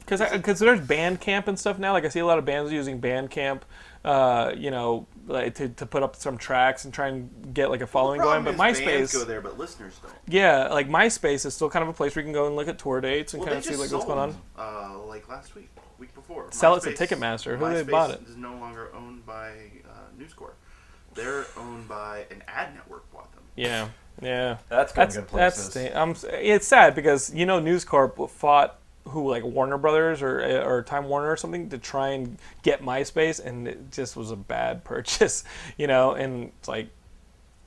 Because there's Bandcamp and stuff now. Like I see a lot of bands using Bandcamp, uh, you know, like, to, to put up some tracks and try and get like a following going. Problem But is bands MySpace, go there, but listeners don't. yeah, like MySpace is still kind of a place where you can go and look at tour dates and Well, kind they of see just like sold, what's going on. Uh, like last week, week before. Sell it to Ticketmaster. Who they MySpace bought it? Is no longer owned by uh, News Corp. They're owned by an ad network. Bought them. Yeah, yeah. That's going good places. That's sta- I'm s- it's sad because you know News Corp fought who like Warner Brothers or eh, or Time Warner or something to try and get MySpace, and it just was a bad purchase, you know. And it's like,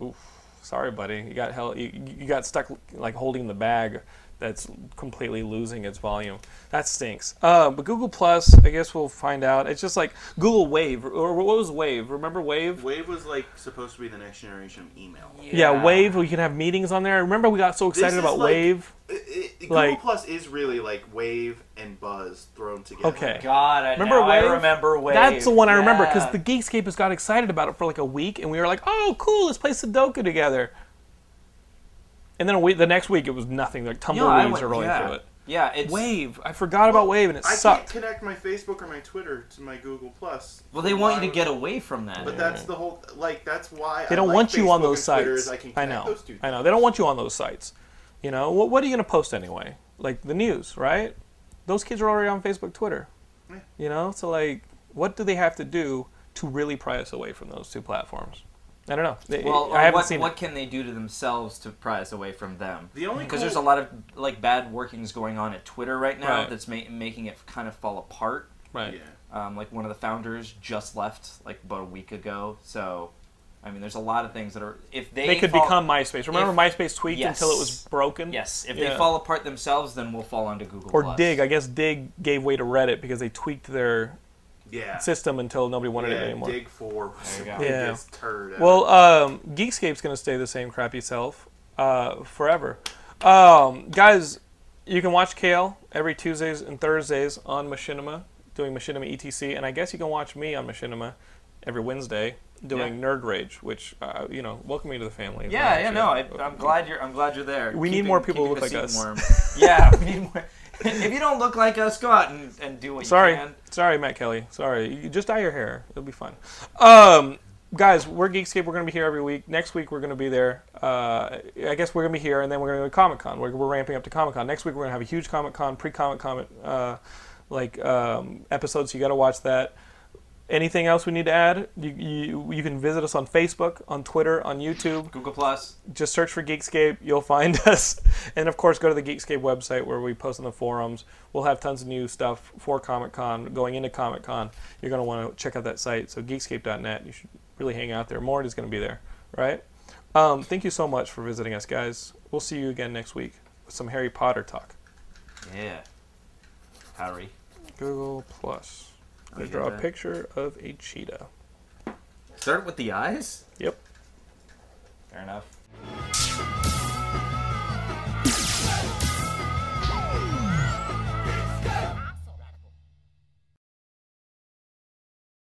oof, sorry, buddy, you got hell, you, you got stuck like holding the bag that's completely losing its volume. That stinks. Uh, but Google Plus, I guess we'll find out. It's just like Google Wave or what was Wave? Remember Wave? Wave was like supposed to be the next generation of email. Yeah, Wave. We can have meetings on there. I remember we got so excited is about like- Wave. I- I- Google Like- Plus is really like Wave and Buzz thrown together. Okay. God, I, Remember now Wave? I remember Wave. That's the one I remember Yeah. because the Geekscape has got excited about it for like a week, and we were like, "Oh, cool, let's play Sudoku together." And then a week, the next week, it was nothing. Like Yeah, I tumbleweeds went- are rolling yeah. through it. Yeah, it's Wave. I forgot about Wave, and it I can't sucked. connect my Facebook or my Twitter to my Google Plus. Well, they want you to get away from that. But that's the whole like that's why They don't I like want you on Facebook those and Twitter is sites. I, can I connect know. Those two I know. They don't want you on those sites. You know what? What are you going to post anyway? Like the news, right? Those kids are already on Facebook, Twitter. You know, so like, what do they have to do to really pry us away from those two platforms? I don't know. They- well, I haven't what, seen. it. what can they do to themselves to pry us away from them? The only because there's a cool- lot of like bad workings going on at Twitter right now Right. that's ma- making it kind of fall apart. Right. Yeah. Um, like one of the founders just left like about a week ago, so I mean, there's a lot of things that are if they They could fall- become MySpace. Remember if- MySpace tweaked yes. until it was broken? Yes, if Yeah. they fall apart themselves, then we'll fall onto Google Or Plus. Dig. I guess Dig gave way to Reddit because they tweaked their Yeah. system until nobody wanted it yeah anymore. dig for was the go. Yeah. biggest turd. ever. Well, um, Geekscape's going to stay the same crappy self uh, forever. Um, guys, you can watch Kale every Tuesdays and Thursdays on Machinima, doing Machinima ETC, and I guess you can watch me on Machinima every Wednesday doing Nerd Rage, which, uh, you know, welcome me to the family. Yeah, Uh, yeah, no, I, I'm glad you're. I'm glad you're there. We need more people who keeping the look like seat us. warm. yeah, we need more. if you don't look like us, go out and, and do what Sorry, you can. sorry, Matt Kelly. Sorry, you just dye your hair. It'll be fun. Um, guys, we're Geekscape. We're gonna be here every week. Next week we're gonna be there. Uh, I guess we're gonna be here, and then we're gonna go to Comic Con. We're, we're ramping up to Comic Con. Next week we're gonna have a huge Comic Con pre Comic Con uh, like um, episode. So you gotta watch that. Anything else we need to add? You, you you can visit us on Facebook, on Twitter, on YouTube Google Plus. just search for Geekscape. You'll find us. And of course, go to the Geekscape website where we post on the forums. We'll have tons of new stuff for Comic Con, going into Comic Con. You're going to want to check out that site. So, geekscape.net. You should really hang out there. More is going to be there, right? Um, thank you so much for visiting us, guys. We'll see you again next week with some Harry Potter talk. Yeah. Harry. Google Plus. I'm going get to draw a that. picture of a cheetah. Start with the eyes. Yep. Fair enough.